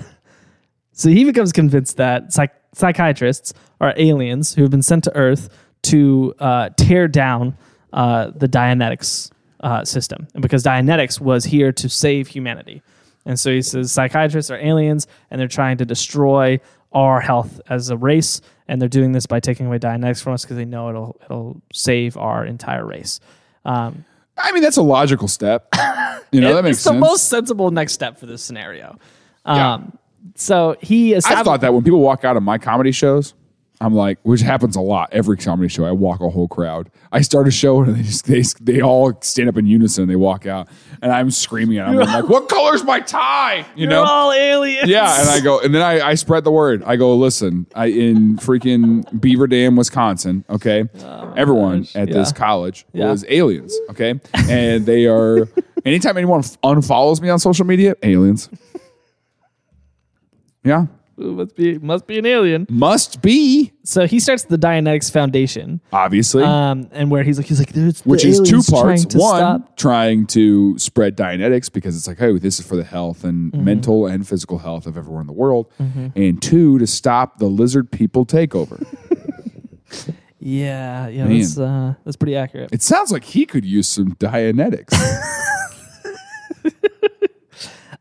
Speaker 1: so he becomes convinced that psych- psychiatrists are aliens who have been sent to Earth to uh, tear down uh, the Dianetics uh, system, and because Dianetics was here to save humanity, and so he says psychiatrists are aliens and they're trying to destroy our health as a race, and they're doing this by taking away Dianetics from us because they know it'll it'll save our entire race. Um,
Speaker 2: I mean, that's a logical step. You know, that makes
Speaker 1: it's
Speaker 2: sense.
Speaker 1: the most sensible next step for this scenario. Um, So he
Speaker 2: I've
Speaker 1: established.
Speaker 2: thought that when people walk out of my comedy shows, I'm like, which happens a lot. Every comedy show, I walk a whole crowd. I start a show and *laughs* they just they, they all stand up in unison. and They walk out and I'm screaming at them. I'm like, what color's my tie? You
Speaker 1: We're
Speaker 2: know,
Speaker 1: all aliens.
Speaker 2: yeah. And I go and then I, I spread the word. I go, listen, I in freaking Beaver Dam, Wisconsin. Okay, everyone at this
Speaker 1: Oh Yeah.
Speaker 2: college
Speaker 1: Yeah.
Speaker 2: was aliens. Okay, and
Speaker 1: *laughs*
Speaker 2: they are. Anytime anyone unfollows me on social media, aliens. Yeah,
Speaker 1: Ooh, *laughs* must be must be an alien.
Speaker 2: must be
Speaker 1: So he starts the Dianetics Foundation,
Speaker 2: obviously
Speaker 1: um, and where he's like, he's like, there's the
Speaker 2: which is two
Speaker 1: aliens
Speaker 2: parts
Speaker 1: trying to
Speaker 2: one
Speaker 1: stop-
Speaker 2: trying to spread dianetics because it's like hey this is for the health and
Speaker 1: Mm-hmm.
Speaker 2: mental and physical health of everyone in the world and two to stop the lizard people takeover
Speaker 1: Yeah, yeah,
Speaker 2: Man.
Speaker 1: that's uh, that's pretty accurate.
Speaker 2: it sounds like he could use some dianetics
Speaker 1: *laughs*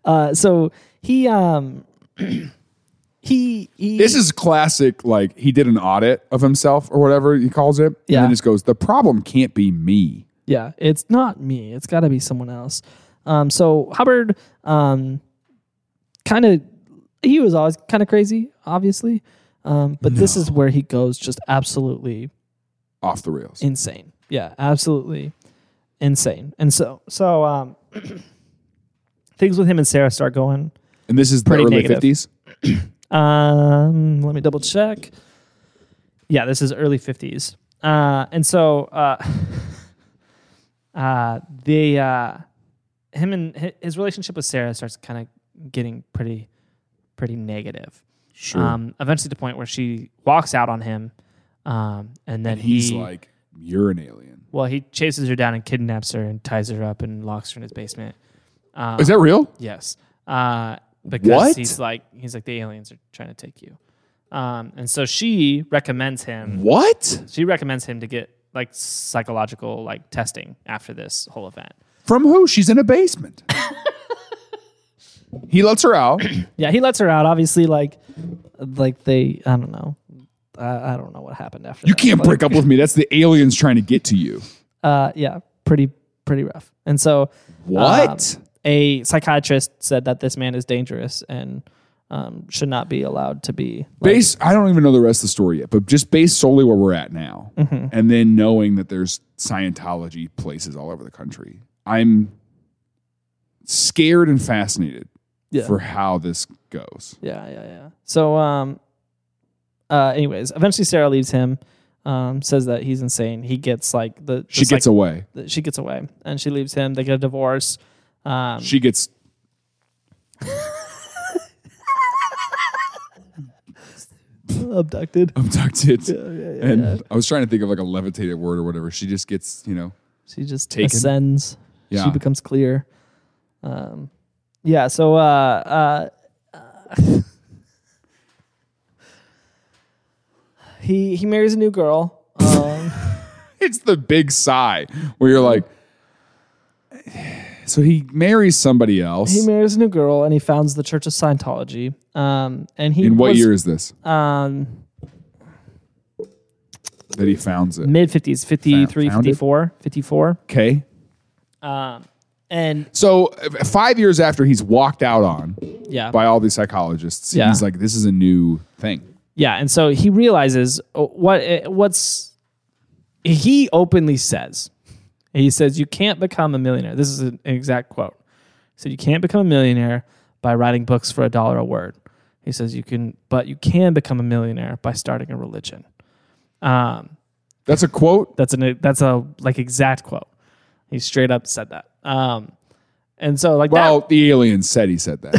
Speaker 1: Uh, so he um *clears throat* he he
Speaker 2: this is classic like he did an audit of himself or whatever he calls it
Speaker 1: Yeah.
Speaker 2: and then just goes the problem can't be me
Speaker 1: Yeah, it's not me. It's got to be someone else. Um, so Hubbard, um, kind of, he was always kind of crazy, obviously. Um, but this is where he goes just absolutely
Speaker 2: off the rails
Speaker 1: insane. Yeah, absolutely insane. And so, so um, *clears throat* things with him and Sarah start going.
Speaker 2: and this is the
Speaker 1: Pretty
Speaker 2: early
Speaker 1: negative.
Speaker 2: 50s
Speaker 1: Um, let me double check. Yeah, this is early fifties. Uh, and so, uh, *laughs* uh, the uh, him and hi- his relationship with Sarah starts kind of getting pretty, pretty negative.
Speaker 2: sure
Speaker 1: Um, eventually, to the point where she walks out on him, um, and then
Speaker 2: and
Speaker 1: *laughs*
Speaker 2: he's
Speaker 1: he-
Speaker 2: like you're an alien
Speaker 1: well, he chases her down and kidnaps her and ties her up and locks her in his basement. Um,
Speaker 2: is that real
Speaker 1: Yes. Uh, because
Speaker 2: What?
Speaker 1: he's like he's like the aliens are trying to take you. Um, and so she recommends
Speaker 2: Mm-hmm.
Speaker 1: him.
Speaker 2: what
Speaker 1: She recommends him to get like psychological like testing after this whole event.
Speaker 2: From who? She's in a
Speaker 1: *laughs*
Speaker 2: basement. he lets her out.
Speaker 1: Yeah, he lets her out. Obviously, like like they I don't know. I, I don't know what happened after.
Speaker 2: You can't break up with me. That's the aliens trying to get to you.
Speaker 1: Uh, yeah, pretty pretty rough. And so
Speaker 2: What?
Speaker 1: um, a psychiatrist said that this man is dangerous and um, should not be allowed to be. Like,
Speaker 2: Based, I don't even know the rest of the story yet, but just based solely where we're at now,
Speaker 1: Mm-hmm.
Speaker 2: and then knowing that there's Scientology places all over the country, I'm scared and fascinated
Speaker 1: Yeah.
Speaker 2: for how this goes.
Speaker 1: Yeah, yeah, yeah. So, um, uh, anyways, eventually Sarah leaves him. Um, says that he's insane. He gets like the, the
Speaker 2: She
Speaker 1: psych-
Speaker 2: gets away.
Speaker 1: the- she gets away, and she leaves him. They get a divorce. Um,
Speaker 2: She gets. *laughs*
Speaker 1: abducted.
Speaker 2: Abducted, and I was trying to think of like a levitated word or whatever. She just gets, you know, *laughs*
Speaker 1: She just
Speaker 2: Taken.
Speaker 1: ascends.
Speaker 2: Yeah.
Speaker 1: She becomes clear. Um, yeah. So, uh, uh, *laughs* he he marries a new girl. Um,
Speaker 2: it's the big sigh where you're like *sighs* so he marries somebody else
Speaker 1: he marries a new girl, and he founds the Church of Scientology. Um, and he
Speaker 2: in what
Speaker 1: was-
Speaker 2: year is this
Speaker 1: Um,
Speaker 2: that he founds it
Speaker 1: mid 50s 53
Speaker 2: Founded?
Speaker 1: 54 54
Speaker 2: okay
Speaker 1: and
Speaker 2: so uh, five years after he's walked out on
Speaker 1: yeah
Speaker 2: by all these psychologists
Speaker 1: Yeah.
Speaker 2: he's like this is a new thing
Speaker 1: yeah and so he realizes uh, what uh, what's he openly says he says you can't become a millionaire this is an exact quote he said you can't become a millionaire by writing books for a dollar a word he says you can but you can become a millionaire by starting a religion
Speaker 2: that's a quote
Speaker 1: That's an that's a like exact quote. He straight up said that. Um, and so like
Speaker 2: well
Speaker 1: that,
Speaker 2: the alien said he said that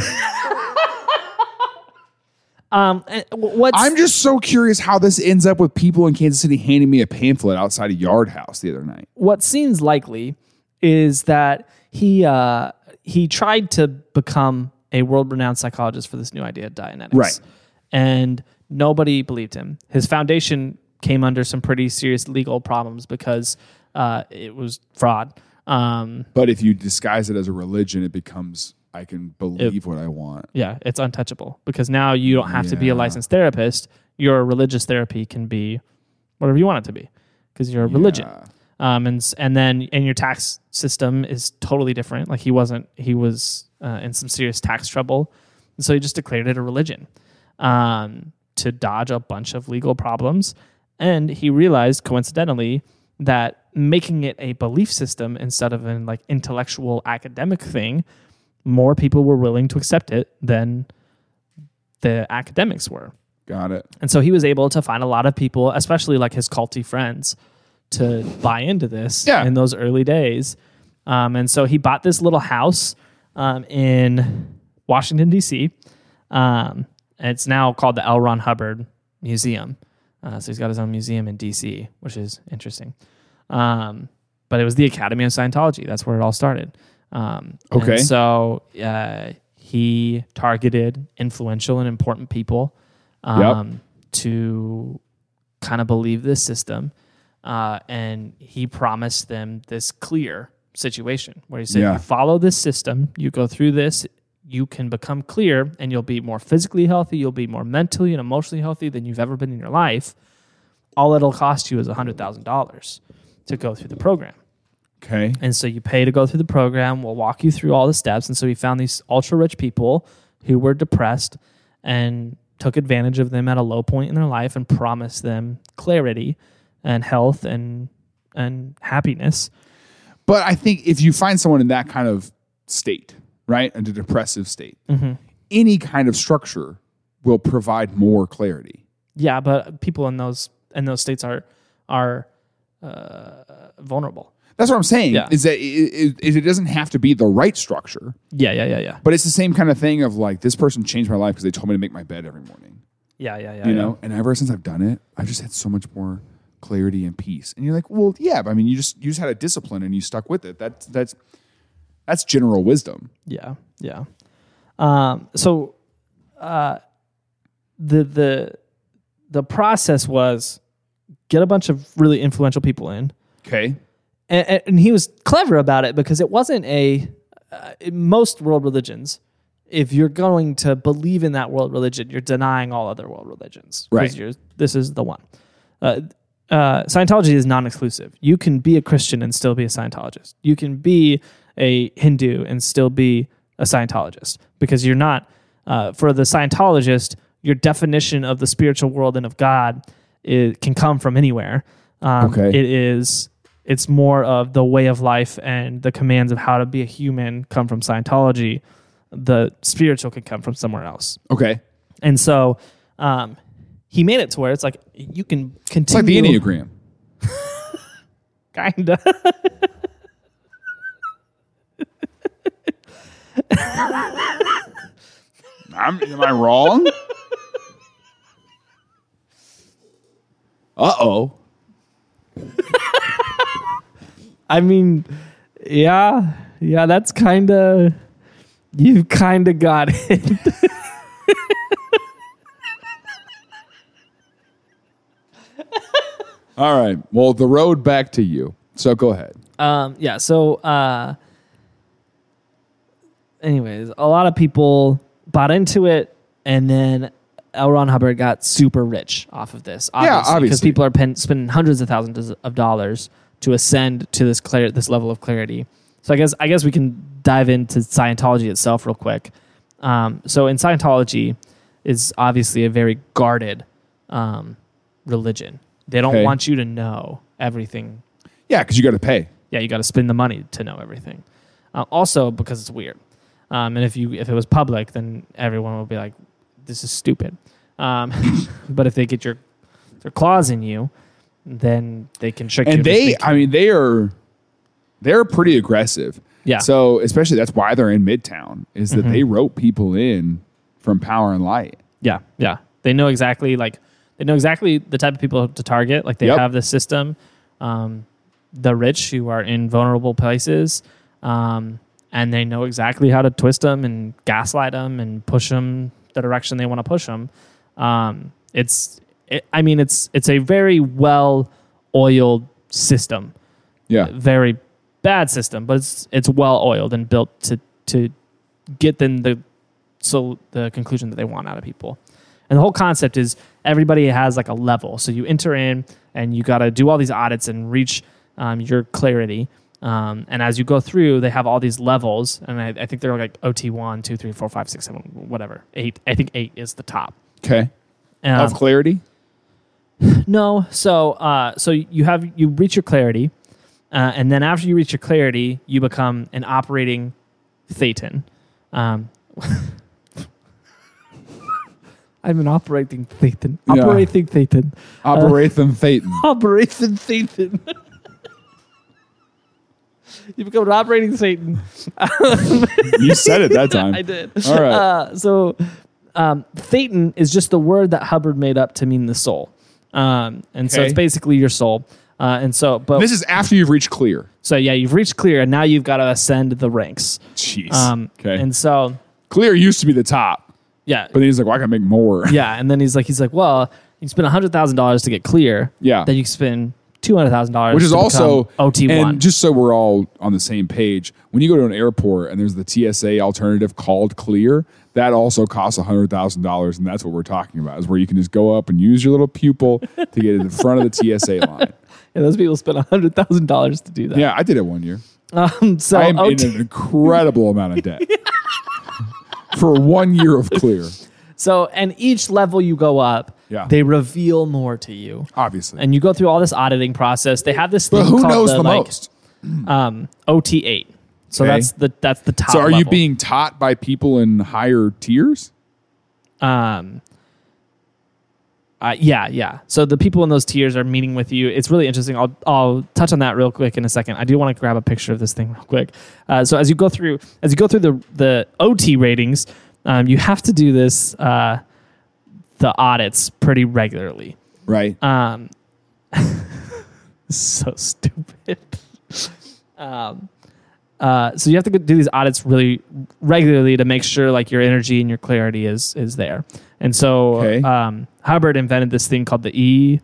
Speaker 1: um, and w- what's
Speaker 2: i'm just so curious how this ends up with people in kansas city handing me a pamphlet outside a yard house the other night
Speaker 1: what seems likely is that he uh, he tried to become a a world renowned psychologist for this new idea, Dianetics.
Speaker 2: Right.
Speaker 1: And nobody believed him. His foundation came under some pretty serious legal problems because uh, it was fraud. Um,
Speaker 2: But if you disguise it as a religion, it becomes I can believe what I want.
Speaker 1: yeah, it's untouchable because now you don't have to be a
Speaker 2: Yeah.
Speaker 1: licensed therapist. Your religious therapy can be whatever you want it to be because you're a religion.
Speaker 2: Yeah.
Speaker 1: um, and s- and then and your tax system is totally different. Like he wasn't, he was uh, in some serious tax trouble, and so he just declared it a religion um, to dodge a bunch of legal problems. And he realized, coincidentally, that making it a belief system instead of an like intellectual academic thing, more people were willing to accept it than the academics were.
Speaker 2: Got it.
Speaker 1: And so he was able to find a lot of people, especially like his culty friends, to buy into this
Speaker 2: Yeah.
Speaker 1: in those early days. Um, and so he bought this little house um, in Washington, D.C. Um, and it's now called the L. Ron Hubbard Museum. Uh, so he's got his own museum in D.C., which is interesting. Um, but it was the Academy of Scientology. That's where it all started. Um, and
Speaker 2: Okay.
Speaker 1: so uh, he targeted influential and important people um, to kind of believe this system. Uh, and he promised them this clear situation where he said,
Speaker 2: Yeah.
Speaker 1: You follow this system, you go through this, you can become clear, and you'll be more physically healthy, you'll be more mentally and emotionally healthy than you've ever been in your life. All it'll cost you is $100,000 to go through the program.
Speaker 2: Okay.
Speaker 1: And so you pay to go through the program. We'll walk you through all the steps. And so we found these ultra rich people who were depressed and took advantage of them at a low point in their life and promised them clarity and health and and happiness.
Speaker 2: But I think if you find someone in that kind of state, right, and a depressive state, any kind of structure will provide more clarity.
Speaker 1: Yeah, but people in those in those states are are uh, vulnerable.
Speaker 2: That's what I'm saying.
Speaker 1: Yeah.
Speaker 2: Is that it, it, it doesn't have to be the right structure,
Speaker 1: Yeah, yeah, yeah, yeah,
Speaker 2: but it's the same kind of thing of like this person changed my life because they told me to make my bed every morning.
Speaker 1: yeah, yeah, yeah.
Speaker 2: you
Speaker 1: yeah.
Speaker 2: know and ever since i've done it i've just had so much more clarity and peace and you're like well yeah but i mean you just you just had a discipline and you stuck with it that's that's that's general wisdom
Speaker 1: Yeah, yeah. Um, so uh, the the the process was get a bunch of really influential people in,
Speaker 2: okay
Speaker 1: and, and- and he was clever about it because it wasn't a uh, in most world religions. If you're going to believe in that world religion, you're denying all other world religions. 'cause
Speaker 2: Right.
Speaker 1: You're, this is the one. Uh, uh, Scientology is non-exclusive. You can be a Christian and still be a Scientologist. You can be a Hindu and still be a Scientologist because you're not. Uh, for the Scientologist, your definition of the spiritual world and of God it can come from anywhere. Um,
Speaker 2: Okay.
Speaker 1: It is. It's more of the way of life and the commands of how to be a human come from Scientology. The spiritual can come from somewhere else.
Speaker 2: okay
Speaker 1: And so um, he made it to where it's like you can
Speaker 2: it's like
Speaker 1: continue.
Speaker 2: the enneagram
Speaker 1: *laughs* Kinda.
Speaker 2: I'm, am i wrong uh-oh
Speaker 1: I mean, yeah, yeah. That's kind of you've kind of got it.
Speaker 2: all right well the road back to you so go ahead
Speaker 1: Um, yeah. So, uh, anyways, a lot of people bought into it, and then L. Ron Hubbard got super rich off of this. because
Speaker 2: obviously.
Speaker 1: people are pen- spending hundreds of thousands of dollars to ascend to this clar- this level of clarity. So, I guess I guess we can dive into Scientology itself real quick. Um, so, in Scientology, is obviously a very guarded um, religion. They don't
Speaker 2: Okay.
Speaker 1: want you to know everything
Speaker 2: yeah because you got to pay
Speaker 1: yeah, you got to spend the money to know everything. Uh, also, because it's weird, um, and if you if it was public, then everyone would be like, "This is stupid." Um, *laughs* but if they get your their claws in you, then they can trick you.
Speaker 2: and
Speaker 1: into
Speaker 2: they
Speaker 1: thinking-
Speaker 2: i mean they are they're pretty aggressive
Speaker 1: Yeah. Mm-hmm.
Speaker 2: so especially that's why they're in midtown is that they rope people in from power and light
Speaker 1: yeah, yeah, they know exactly like they know exactly the type of people to target. Like they
Speaker 2: Yep.
Speaker 1: have this system, um, the rich who are in vulnerable places, um, and they know exactly how to twist them and gaslight them and push them the direction they want to push them. Um, it's, it, I mean, it's it's a very well oiled system,
Speaker 2: Yeah.
Speaker 1: very bad system, but it's it's well oiled and built to to get them the so the conclusion that they want out of people. And the whole concept is everybody has like a level. So you enter in and you got to do all these audits and reach um, your clarity. Um, and as you go through, they have all these levels. And I, I think they're like OT1, 2, 3, 4, 5, 6, 7, whatever. 8. I think 8 is the top.
Speaker 2: Okay.
Speaker 1: Um,
Speaker 2: of clarity.
Speaker 1: no. So uh, so you have you reach your clarity, uh, and then after you reach your clarity, you become an operating thetan. Um, *laughs* I'm an operating thetan.
Speaker 2: Yeah.
Speaker 1: Operating thetan.
Speaker 2: Operate them Thetan.
Speaker 1: Operation Satan. *laughs* you become an operating Satan.
Speaker 2: You said it that
Speaker 1: *laughs*
Speaker 2: time.
Speaker 1: I did.
Speaker 2: All right.
Speaker 1: Uh, so, um, Thetan is just the word that Hubbard made up to mean the soul. Um, and so
Speaker 2: Okay.
Speaker 1: it's basically your soul. Uh, and so, but
Speaker 2: this is after you've reached clear.
Speaker 1: so yeah, you've reached clear, and now you've got to ascend the ranks.
Speaker 2: Jeez.
Speaker 1: Um,
Speaker 2: okay.
Speaker 1: And so,
Speaker 2: clear used to be the top,
Speaker 1: yeah,
Speaker 2: but then he's like, well, I can make more.
Speaker 1: yeah. And then he's like, he's like, well, you spend hundred thousand dollars to get clear.
Speaker 2: Yeah.
Speaker 1: Then you spend two hundred thousand dollars,
Speaker 2: Which is also
Speaker 1: OT one.
Speaker 2: And just so we're all on the same page, when you go to an airport and there's the TSA alternative called Clear, that also costs hundred thousand dollars, and that's what we're talking about. Is where you can just go up and use your little pupil to get in front of
Speaker 1: *laughs*
Speaker 2: the TSA line.
Speaker 1: And those people spend hundred thousand dollars to do that.
Speaker 2: Yeah, I did it one year.
Speaker 1: Um, so
Speaker 2: I'm
Speaker 1: OT
Speaker 2: in an incredible amount of
Speaker 1: *laughs*
Speaker 2: debt for one year of Clear.
Speaker 1: so and each level you go up,
Speaker 2: Yeah.
Speaker 1: they reveal more to you.
Speaker 2: Obviously,
Speaker 1: And you go through all this auditing process. They have this thing
Speaker 2: but who
Speaker 1: called
Speaker 2: knows
Speaker 1: the,
Speaker 2: the,
Speaker 1: like,
Speaker 2: most?
Speaker 1: um, OT eight. So
Speaker 2: Okay.
Speaker 1: that's the that's the top.
Speaker 2: So, are you
Speaker 1: level.
Speaker 2: being taught by people in higher tiers?
Speaker 1: Um, uh, yeah, yeah. So the people in those tiers are meeting with you. It's really interesting. I'll I'll touch on that real quick in a second. I do want to grab a picture of this thing real quick. Uh, so as you go through as you go through the the OT ratings, um, you have to do this uh, the audits pretty regularly.
Speaker 2: Right.
Speaker 1: Um, *laughs* so stupid. um, uh, so you have to go do these audits really regularly to make sure like your energy and your clarity is is there. And so
Speaker 2: Okay.
Speaker 1: um, Hubbard invented this thing called the E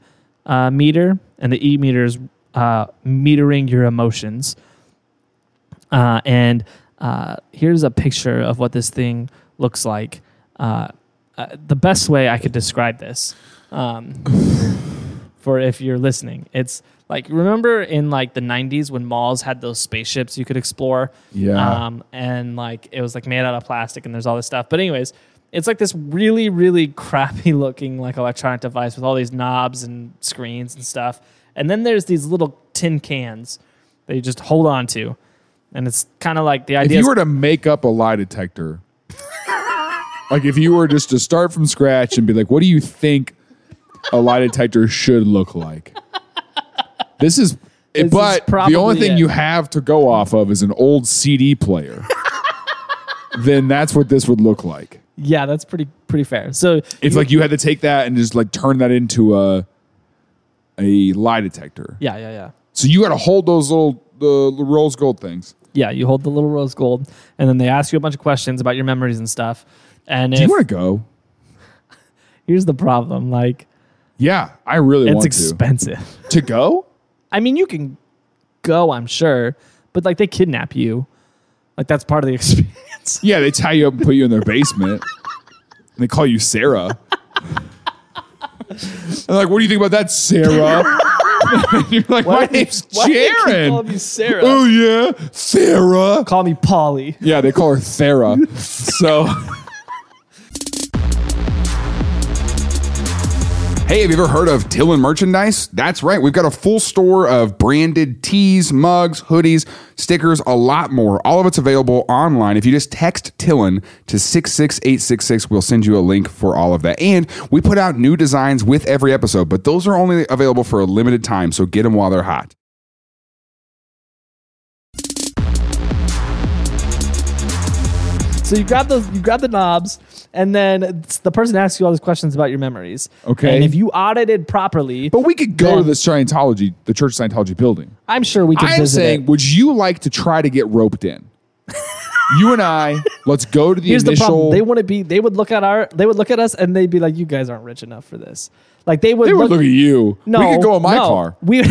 Speaker 1: uh, meter, and the E meter is uh, metering your emotions. Uh, and uh, here's a picture of what this thing looks like. Uh, uh, the best way I could describe this, um, *laughs* for if you're listening, it's like remember in like the '90s when malls had those spaceships you could explore,
Speaker 2: Yeah.
Speaker 1: um, and like it was like made out of plastic and there's all this stuff. But anyways, it's like this really really crappy *laughs* looking like electronic device with all these knobs and screens and stuff. And then there's these little tin cans that you just hold on to. And it's kind of like the
Speaker 2: if
Speaker 1: idea.
Speaker 2: you
Speaker 1: is-
Speaker 2: were to make up a lie detector, like if you were just to start from scratch and be like, what do you think a lie detector should look like? This is,
Speaker 1: is
Speaker 2: but the
Speaker 1: probably
Speaker 2: only thing
Speaker 1: it.
Speaker 2: you have to go off of is an old CD player. then that's what this would look like.
Speaker 1: yeah, that's pretty pretty fair. So
Speaker 2: It's like you had to take that and just like turn that into a a lie detector.
Speaker 1: yeah, yeah, yeah.
Speaker 2: So you got to hold those little the the rose gold things.
Speaker 1: Yeah, you hold the little rose gold, and then they ask you a bunch of questions about your memories and stuff. And
Speaker 2: Do
Speaker 1: if-
Speaker 2: you want to go?
Speaker 1: here's the problem: like
Speaker 2: Yeah, I really
Speaker 1: it's
Speaker 2: want
Speaker 1: expensive. *laughs*
Speaker 2: to. To go?
Speaker 1: I mean, you can go, I'm sure, but like they kidnap you. Like that's part of the *laughs* experience.
Speaker 2: Yeah, they tie you up and put you in their basement. and they call you Sarah. They're like, what do you think about that, Sarah? *laughs* And you're like, my name's
Speaker 1: Call
Speaker 2: Jaron.
Speaker 1: me Sarah.
Speaker 2: Oh yeah, Sarah.
Speaker 1: Call me Polly.
Speaker 2: Yeah, they call her
Speaker 4: *laughs*
Speaker 2: Thera. so
Speaker 4: Hey, have you ever heard of Tillin Merchandise? That's right. We've got a full store of branded tees, mugs, hoodies, stickers, a lot more. All of it's available online. If you just text Tillin to 66866, we'll send you a link for all of that. And we put out new designs with every episode, but those are only available for a limited time, so get them while they're hot.
Speaker 1: So you grab those, you grab the knobs, and then it's- the person asks you all these questions about your memories.
Speaker 2: Okay.
Speaker 1: And if you audited properly,
Speaker 2: But we could go
Speaker 1: Yeah.
Speaker 2: to the Scientology, the Church of Scientology building.
Speaker 1: I'm sure we can
Speaker 2: I am
Speaker 1: visit
Speaker 2: saying,
Speaker 1: it.
Speaker 2: *laughs* would you like to try to get roped in? you and I, let's go to the
Speaker 1: Here's the
Speaker 2: initial.
Speaker 1: problem. They want to be. They would look at our. They would look at us and they'd be like, "You guys aren't rich enough for this." Like they would.
Speaker 2: they would
Speaker 1: look,
Speaker 2: look at you.
Speaker 1: No,
Speaker 2: we could go in my
Speaker 1: no.
Speaker 2: car. *laughs*
Speaker 1: We.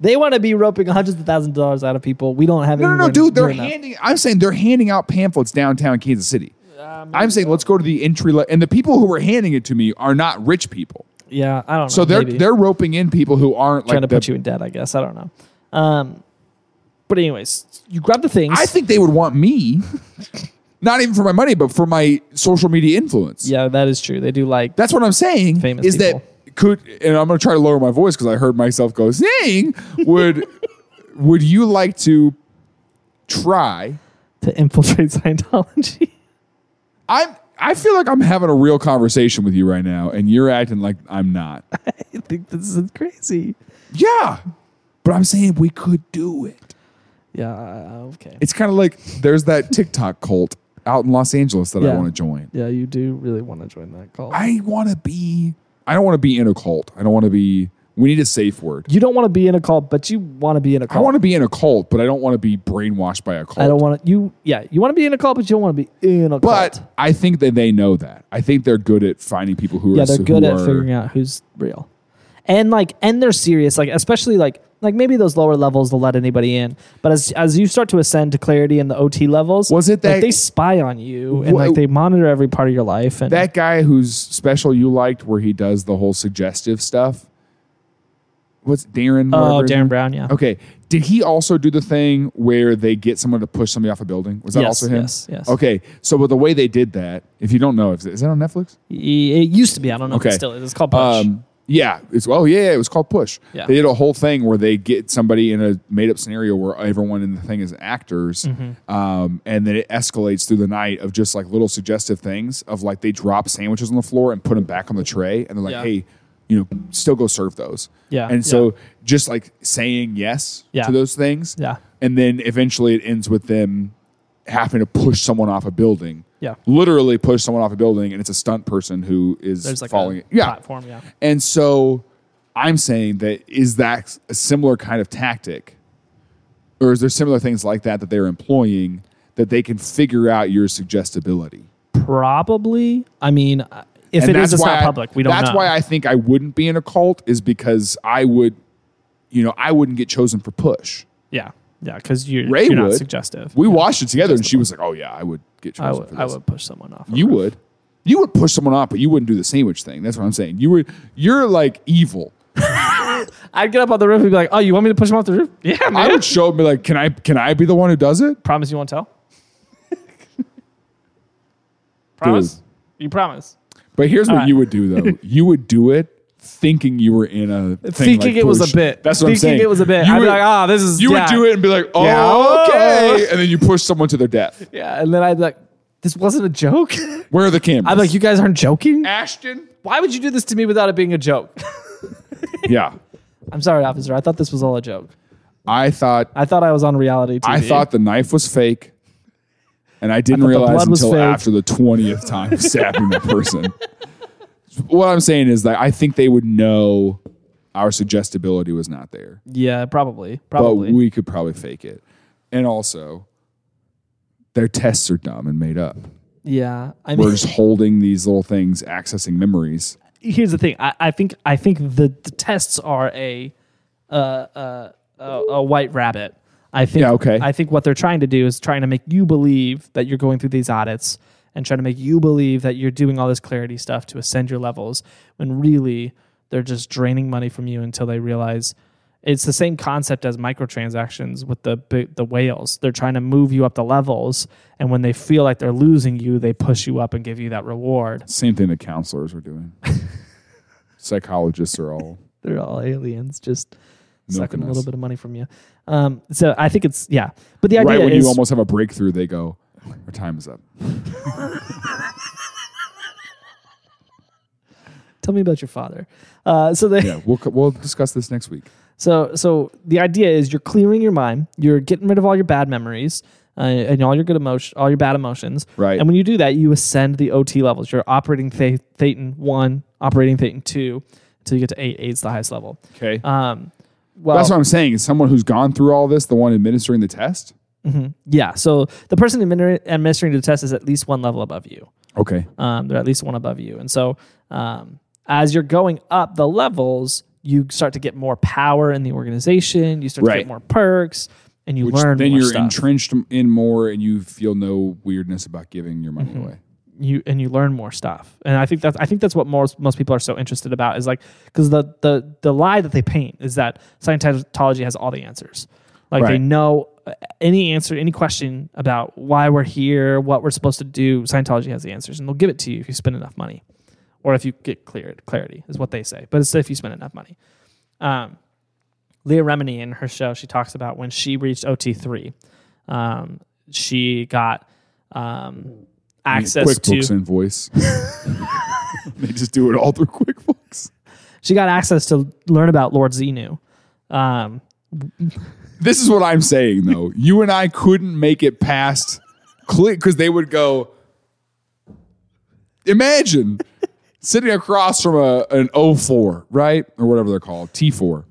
Speaker 1: they want to be roping hundreds of thousands of dollars out of people. We don't have.
Speaker 2: No, no, no,
Speaker 1: anyone
Speaker 2: dude. They're
Speaker 1: doing that.
Speaker 2: handing. I'm saying they're handing out pamphlets downtown Kansas City. I'm saying let's go to the entry level, and the people who are handing it to me are not rich people.
Speaker 1: Yeah, I don't know.
Speaker 2: So they're
Speaker 1: maybe.
Speaker 2: they're roping in people who aren't
Speaker 1: trying
Speaker 2: like.
Speaker 1: to
Speaker 2: The,
Speaker 1: put you in debt. I guess I don't know. Um, but anyways, you grab the things.
Speaker 2: I think they would
Speaker 1: *laughs*
Speaker 2: want me, not even for my money, but for my social media influence.
Speaker 1: Yeah, that is true. They do like
Speaker 2: That's what I'm saying.
Speaker 1: Famous
Speaker 2: is that could and I'm gonna try to lower my voice because I heard myself go sing. Would *laughs* would you like to try?
Speaker 1: to infiltrate *laughs* Scientology.
Speaker 2: I'm I feel like I'm having a real conversation with you right now, and you're acting like I'm not.
Speaker 1: I think this is crazy.
Speaker 2: Yeah. But I'm saying we could do it.
Speaker 1: Yeah. uh, Okay.
Speaker 2: It's kind of like there's that TikTok cult out in Los Angeles that I
Speaker 1: Yeah.
Speaker 2: want to join.
Speaker 1: yeah, you do really want to join that call.
Speaker 2: I want to be, I don't want to be in a cult. I don't want to be, we need a safe word.
Speaker 1: you don't want to be in a call, but you want to be in a
Speaker 2: I
Speaker 1: call.
Speaker 2: want to be in a cult, but I don't want to be brainwashed by a cult.
Speaker 1: I don't want to. You. Yeah. You want to be in a call, but you don't want to be in a
Speaker 2: but
Speaker 1: cult.
Speaker 2: I think that they know that. I think they're good at finding people who
Speaker 1: Yeah,
Speaker 2: are
Speaker 1: they're
Speaker 2: who
Speaker 1: good at
Speaker 2: are-
Speaker 1: figuring out who's real, and like, and they're serious. Like, especially like, like maybe those lower levels they'll let anybody in, but as as you start to ascend to clarity in the OT levels,
Speaker 2: Was it
Speaker 1: like,
Speaker 2: that-
Speaker 1: they spy on you and
Speaker 2: Wha-
Speaker 1: like they monitor every part of your life and
Speaker 2: that guy whose special you liked, where he does the whole suggestive stuff. What's Darren?
Speaker 1: oh,
Speaker 2: whatever his
Speaker 1: Darren
Speaker 2: name-
Speaker 1: Brown, yeah.
Speaker 2: Okay. Did he also do the thing where they get someone to push somebody off a building? Was that
Speaker 1: Yes,
Speaker 2: also him?
Speaker 1: yes, yes.
Speaker 2: Okay. So, but the way they did that, if you don't know, is is that on Netflix?
Speaker 1: It used to be. I don't know if
Speaker 2: Okay.
Speaker 1: it still is. It's called Push.
Speaker 2: Um, yeah, it's well, yeah, yeah, it was called Push.
Speaker 1: Yeah.
Speaker 2: They did a whole thing where they get somebody in a made up scenario where everyone in the thing is actors,
Speaker 1: Mm-hmm.
Speaker 2: um, and then it escalates through the night of just like little suggestive things of like they drop sandwiches on the floor and put them back on the tray, and they're like,
Speaker 1: Yeah.
Speaker 2: hey, you know, still go serve those.
Speaker 1: Yeah,
Speaker 2: and
Speaker 1: yeah.
Speaker 2: so just like saying yes
Speaker 1: Yeah.
Speaker 2: to those things,
Speaker 1: Yeah.
Speaker 2: and then eventually it ends with them having to push someone off a building.
Speaker 1: Yeah.
Speaker 2: Literally push someone off a building, and it's a stunt person who is
Speaker 1: There's like
Speaker 2: falling.
Speaker 1: a
Speaker 2: yeah,
Speaker 1: platform. Yeah.
Speaker 2: and so I'm saying that is that a similar kind of tactic? Or is there similar things like that that they're employing that they can figure out your suggestibility?
Speaker 1: Probably. I mean, uh, if it is, it's not
Speaker 2: I-
Speaker 1: public. We don't.
Speaker 2: That's
Speaker 1: know.
Speaker 2: why I think I wouldn't be in a cult is because I would, you know, I wouldn't get chosen for push.
Speaker 1: Yeah. Yeah. Because you're,
Speaker 2: Ray
Speaker 1: you're not
Speaker 2: would.
Speaker 1: suggestive.
Speaker 2: We watched it together, and she was like, "Oh yeah, I would get chosen
Speaker 1: I
Speaker 2: for
Speaker 1: would.
Speaker 2: this."
Speaker 1: I would push someone off. a
Speaker 2: You
Speaker 1: roof.
Speaker 2: would. You would push someone off, but you wouldn't do the sandwich thing. That's what I'm saying. You would. You're like evil.
Speaker 1: I'd get up on the roof and be like, "Oh, you want me to push him off the roof? Yeah, man.
Speaker 2: I
Speaker 1: *laughs*
Speaker 2: would show up and be like, "Can I? Can I be the one who does it?"
Speaker 1: promise you won't
Speaker 2: *laughs*
Speaker 1: tell. promise.
Speaker 2: Dude.
Speaker 1: You promise.
Speaker 2: But here's what
Speaker 1: right.
Speaker 2: you would
Speaker 1: *laughs*
Speaker 2: do though. you would do it thinking you were in a thing
Speaker 1: Thinking
Speaker 2: like
Speaker 1: it was
Speaker 2: Push.
Speaker 1: a bit.
Speaker 2: That's what
Speaker 1: Thinking
Speaker 2: I'm saying.
Speaker 1: it was a bit.
Speaker 2: You
Speaker 1: I'd
Speaker 2: would,
Speaker 1: be like, "Ah, this is."
Speaker 2: you
Speaker 1: yeah."
Speaker 2: would do it and be like, "Oh,
Speaker 1: Yeah. *laughs*
Speaker 2: okay," and then you push someone to their death.
Speaker 1: Yeah, and then I'd be like, "This wasn't a joke." *laughs*
Speaker 2: Where are the cameras?
Speaker 1: I'm like, "You guys aren't
Speaker 2: *laughs*
Speaker 1: joking.
Speaker 2: Ashton.
Speaker 1: Why would you do this to me without it being a joke?" *laughs*
Speaker 2: Yeah,
Speaker 1: I'm sorry, officer. I thought this was all a joke.
Speaker 2: I thought
Speaker 1: I thought I was on reality TV.
Speaker 2: I thought the knife was fake, and I didn't
Speaker 1: thought the
Speaker 2: realize
Speaker 1: blood was
Speaker 2: until
Speaker 1: fake.
Speaker 2: after the twentieth time of stabbing the person. What I'm saying is that I think they would know our suggestibility was not there.
Speaker 1: Yeah, probably.
Speaker 2: but
Speaker 1: Probably.
Speaker 2: we could probably fake it. And also, their tests are dumb and made up.
Speaker 1: yeah. I
Speaker 2: We're
Speaker 1: mean, *laughs*
Speaker 2: just holding these little things, accessing memories.
Speaker 1: here's the thing. I, I think I think the, the tests are a uh, uh, a a white rabbit. I think.
Speaker 2: Yeah, okay.
Speaker 1: I think what they're trying to do is trying to make you believe that you're going through these audits and trying to make you believe that you're doing all this clarity stuff to ascend your levels when really they're just draining money from you until they realize it's the same concept as microtransactions with the bi- the whales. They're trying to move you up the levels, and when they feel like they're losing you, they push you up and give you that reward.
Speaker 2: Same thing that counselors
Speaker 1: *laughs*
Speaker 2: are doing. Psychologists are all.
Speaker 1: they're all aliens just sucking
Speaker 2: Milking
Speaker 1: a little
Speaker 2: us.
Speaker 1: bit of money from you. Um, so I think it's yeah, but the idea
Speaker 2: Right when
Speaker 1: is
Speaker 2: you almost have a breakthrough, they go, Our time is up.
Speaker 1: tell me about your father. Uh, so they
Speaker 2: Yeah, we'll, co- we'll discuss this next week.
Speaker 1: so so the idea is you're clearing your mind, you're getting rid of all your bad memories. Uh, and all your good emotion, all your bad emotions,
Speaker 2: Right.
Speaker 1: And when you do that, you ascend the OT levels. You're operating the- Thetan one, operating Thetan two, until you get to eight. Eight's the highest level.
Speaker 2: Okay.
Speaker 1: Um, well,
Speaker 2: That's what I'm saying. Is someone who's gone through all this the one administering the test?
Speaker 1: yeah. So the person admini- administering the test is at least one level above you.
Speaker 2: Okay.
Speaker 1: Um, they're at least one above you, and so um, as you're going up the levels, you start to get more power in the organization. You start to
Speaker 2: Right.
Speaker 1: get more perks, and you
Speaker 2: Which
Speaker 1: learn.
Speaker 2: then
Speaker 1: more
Speaker 2: you're
Speaker 1: stuff.
Speaker 2: entrenched in more, and you feel no weirdness about giving your money
Speaker 1: Mm-hmm.
Speaker 2: away.
Speaker 1: you and you learn more stuff. And I think that's I think that's what most most people are so interested about is like because the the the lie that they paint is that Scientology has all the answers. Like they
Speaker 2: Right.
Speaker 1: know uh, any answer, any question about why we're here, what we're supposed to do. Scientology has the answers, and they'll give it to you if you spend enough money, or if you get cleared. Clarity is what they say, but it's if you spend enough money. Um, Leah Remini in her show, she talks about when she reached OT three, um, she got um, access to
Speaker 2: QuickBooks invoice. *laughs* they just do it all through QuickBooks.
Speaker 1: she got access to learn about Lord Zenu. Um,
Speaker 2: This is what I'm saying though. you and I couldn't make it past click because they would go. Imagine sitting across from a an O4, right? Or whatever they're called, T4.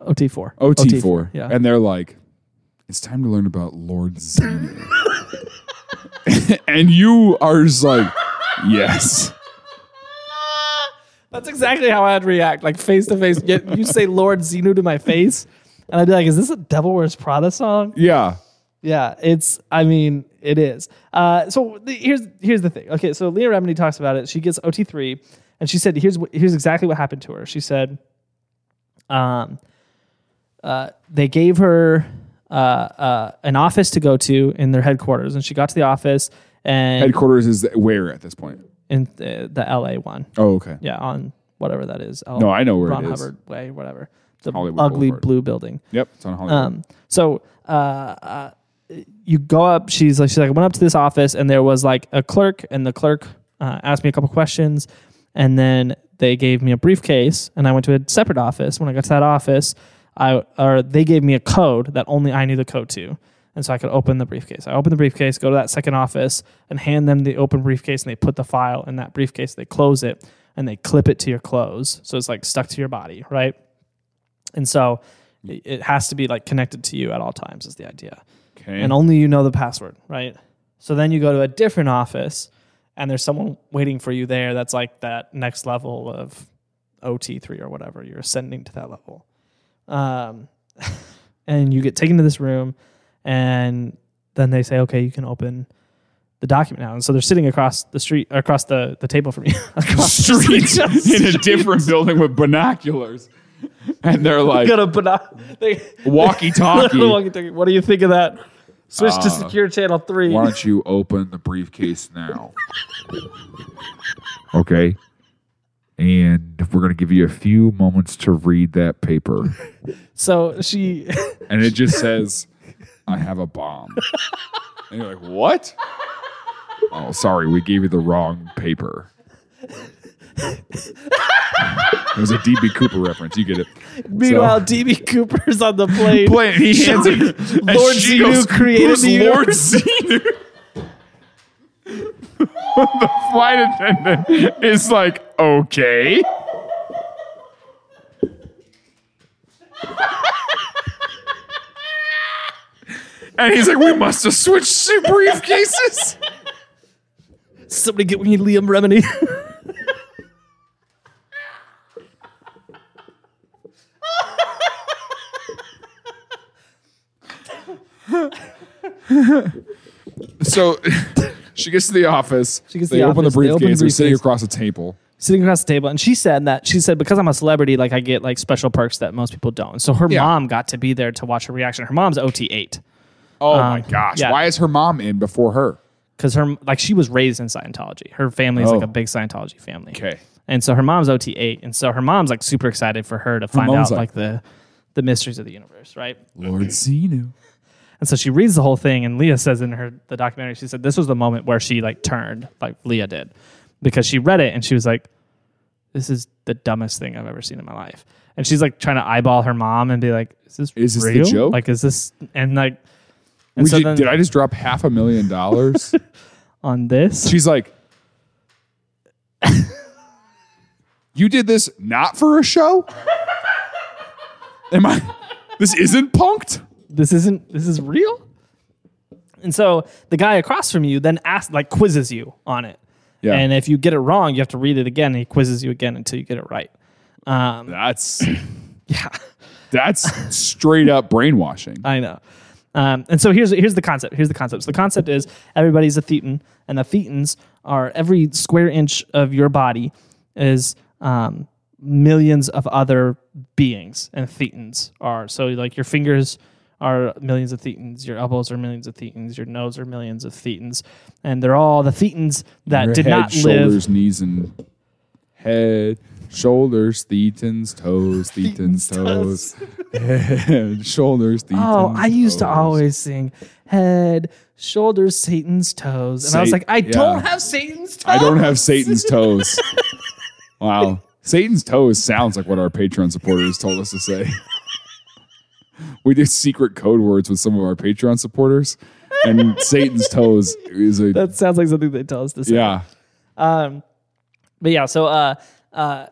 Speaker 1: OT4.
Speaker 2: OT Oh, four,
Speaker 1: Yeah.
Speaker 2: and they're like, "It's time to learn about Lord Xenu," *laughs* and you are just like, "Yes,
Speaker 1: That's exactly how I'd react, like face to face. Yet You say Lord Zenu to my face, and I'd be like, is this a Devil Wears Prada song?
Speaker 2: yeah,
Speaker 1: Yeah, it's. I mean, it is. Uh, so the, here's here's the thing. Okay, so Leah Remini talks about it. She gets OT three, and she said, "Here's what, here's exactly what happened to her." She said, um, uh, they gave her uh, uh, an office to go to in their headquarters, and she got to the office and
Speaker 2: headquarters is where at this point."
Speaker 1: in the, the LA one,
Speaker 2: Oh, okay.
Speaker 1: yeah, on whatever that is. L-
Speaker 2: No, I know where
Speaker 1: Ron
Speaker 2: it is.
Speaker 1: Hubbard Way, whatever. The
Speaker 2: Hollywood
Speaker 1: ugly
Speaker 2: Boulevard.
Speaker 1: blue building.
Speaker 2: Yep, it's on Hollywood.
Speaker 1: Um, so uh, uh, you go up. She's like, she's like, I went up to this office, and there was like a clerk, and the clerk uh, asked me a couple questions, and then they gave me a briefcase, and I went to a separate office. When I got to that office, I or they gave me a code that only I knew the code to. And so I could open the briefcase. I open the briefcase, go to that second office, and hand them the open briefcase, and they put the file in that briefcase. They close it, and they clip it to your clothes, so it's like stuck to your body, right? And so it it has to be like connected to you at all times is the idea.
Speaker 2: okay, *laughs*
Speaker 1: And only you know the password, right? So then you go to a different office and there's someone waiting for you there that's like that next level of OT3 or whatever. You're ascending to that level. Um, *laughs* and you get taken to this room and then they say, okay, you can open the document now. And so they're sitting across the street, across the, the table from you. *laughs*
Speaker 2: *laughs*
Speaker 1: across the
Speaker 2: street in a
Speaker 1: Street.
Speaker 2: different building with binoculars, and they're like *laughs*
Speaker 1: Got a binoc- they- *laughs*
Speaker 2: walkie-talkie.
Speaker 1: Little walkie-talkie. What do you think of that? Switch to secure channel three.
Speaker 2: Uh, Why don't you open the briefcase now? Okay. And we're going to give you a few moments to read that paper.
Speaker 1: So she,
Speaker 2: *laughs* and it just says, "I have a bomb." and you're like, "What?" Oh, sorry, we gave you the wrong paper. it was a DB Cooper reference. You get it.
Speaker 1: meanwhile,
Speaker 2: So-
Speaker 1: DB Cooper's on the plane.
Speaker 2: Play it. He hands it. *laughs* and
Speaker 1: Lord
Speaker 2: she
Speaker 1: Zenu
Speaker 2: goes,
Speaker 1: created
Speaker 2: "Who's
Speaker 1: the
Speaker 2: Lord
Speaker 1: universe?"
Speaker 2: Zenu. *laughs* the flight attendant is like, okay. and he's like, we must have switched briefcases.
Speaker 1: Somebody get me Liam Remini. *laughs*
Speaker 2: so she gets to the office.
Speaker 1: She gets to
Speaker 2: they
Speaker 1: the
Speaker 2: open
Speaker 1: office,
Speaker 2: the
Speaker 1: they open the
Speaker 2: briefcase. They're sitting
Speaker 1: briefcase.
Speaker 2: across the table.
Speaker 1: Sitting across the table, and she said that she said because I'm a celebrity, like I get like special perks that most people don't. So her
Speaker 2: Yeah.
Speaker 1: mom got to be there to watch her reaction. Her mom's OT eight
Speaker 2: Oh my gosh.
Speaker 1: Uh, yeah.
Speaker 2: Why is her mom in before her?
Speaker 1: because her like she was raised in Scientology. Her family's
Speaker 2: Oh.
Speaker 1: like a big Scientology family.
Speaker 2: Okay.
Speaker 1: and so her mom's OT eight, and so her mom's like super excited for her to find
Speaker 2: mom's
Speaker 1: out
Speaker 2: like-
Speaker 1: like the the mysteries of the universe, right?
Speaker 2: Lord Zenu.
Speaker 1: And so she reads the whole thing, and Leah says in her the documentary, she said this was the moment where she like turned, like Leah did, because she read it and she was like, "This is the dumbest thing I've ever seen in my life." And she's like trying to eyeball her mom and be like, "Is this
Speaker 2: Is this the
Speaker 1: real?
Speaker 2: joke?
Speaker 1: Like, is this?" And like, and
Speaker 2: We
Speaker 1: so
Speaker 2: ju-
Speaker 1: then
Speaker 2: did I just drop half a
Speaker 1: *laughs*
Speaker 2: million dollars?
Speaker 1: on this?
Speaker 2: She's like, You did this not for a show? Am I? This isn't punked.
Speaker 1: this isn't this is real and so the guy across from you then asks like quizzes you on it
Speaker 2: Yeah.
Speaker 1: and if you get it wrong you have to read it again and he quizzes you again until you get it right um,
Speaker 2: That's
Speaker 1: yeah
Speaker 2: that's straight up brainwashing.
Speaker 1: i know um, and so here's here's the concept here's the concept so the concept is everybody's a thetan and the thetans are every square inch of your body is um, millions of other beings and thetans are so like your fingers are millions of thetans your elbows are millions of thetans your nose are millions of thetans and they're all the thetans that
Speaker 2: Your
Speaker 1: did
Speaker 2: head,
Speaker 1: not live
Speaker 2: shoulders, knees, and head, shoulders, thetans, toes, thetans, toes, head, shoulders, thetans.
Speaker 1: Oh, I used to
Speaker 2: toes.
Speaker 1: always sing head, shoulders, Satan's toes. And I was
Speaker 2: Sa-
Speaker 1: like, I
Speaker 2: yeah.
Speaker 1: don't have Satan's toes.
Speaker 2: I don't have Satan's
Speaker 1: *laughs*
Speaker 2: toes. Wow. Satan's toes sounds like what our Patreon supporters told us to say. We did secret code words with some of our Patreon supporters, and Satan's toes is a
Speaker 1: That sounds like something they tell us to say.
Speaker 2: yeah.
Speaker 1: But yeah, so uh uh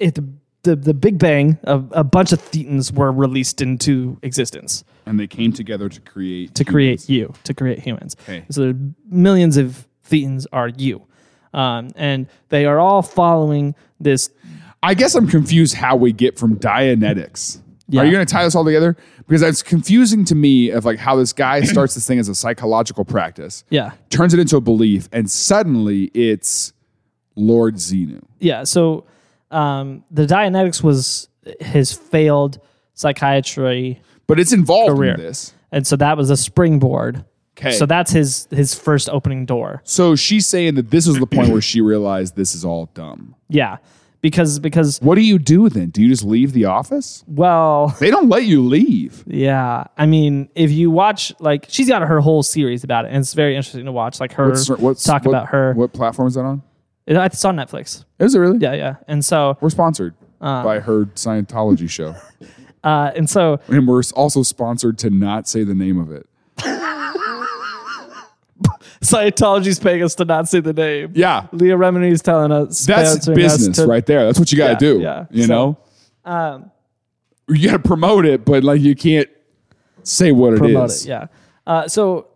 Speaker 1: it the the Big Bang, a, a bunch of Thetans were released into existence
Speaker 2: And they came together to create
Speaker 1: to create you, to create humans.
Speaker 2: Okay.
Speaker 1: So there- millions of Thetans are you. Um, and they are all following this
Speaker 2: I guess I'm confused how we get from Dianetics. Are you going to tie this all together? Because that's confusing to me of like how
Speaker 1: *clears throat*
Speaker 2: this guy starts this thing as a psychological practice,
Speaker 1: yeah.
Speaker 2: turns it into a belief, and suddenly it's Lord Xenu.
Speaker 1: yeah so um, the dianetics was his failed psychiatry
Speaker 2: But it's involved
Speaker 1: Career.
Speaker 2: in this.
Speaker 1: and so that was a springboard
Speaker 2: 'Kay.
Speaker 1: so that's his his first opening door
Speaker 2: So she's saying that this was the point where
Speaker 1: *clears throat*
Speaker 2: she realized this is all dumb.
Speaker 1: yeah because because
Speaker 2: What do you do then? Do you just leave the office?
Speaker 1: well *laughs*
Speaker 2: They don't let you leave.
Speaker 1: yeah i mean if you watch like she's got her whole series about it and it's very interesting to watch like her
Speaker 2: What's- what's-
Speaker 1: talk
Speaker 2: what-
Speaker 1: about her
Speaker 2: What platform is that on?
Speaker 1: it's on netflix
Speaker 2: Is it really?
Speaker 1: yeah Uh. yeah and so
Speaker 2: We're sponsored by her Scientology show.
Speaker 1: uh, and so
Speaker 2: And we're also sponsored to not say the name of it.
Speaker 1: scientology's paying us to not say the name
Speaker 2: Yeah.
Speaker 1: leah remini's telling us
Speaker 2: That's
Speaker 1: sponsoring us
Speaker 2: business
Speaker 1: to-
Speaker 2: right there. That's what you got to
Speaker 1: Yeah,
Speaker 2: do.
Speaker 1: yeah.
Speaker 2: You
Speaker 1: So,
Speaker 2: know? you got to promote it, but like you can't say what
Speaker 1: promote
Speaker 2: it is.
Speaker 1: it. Yeah. Uh, so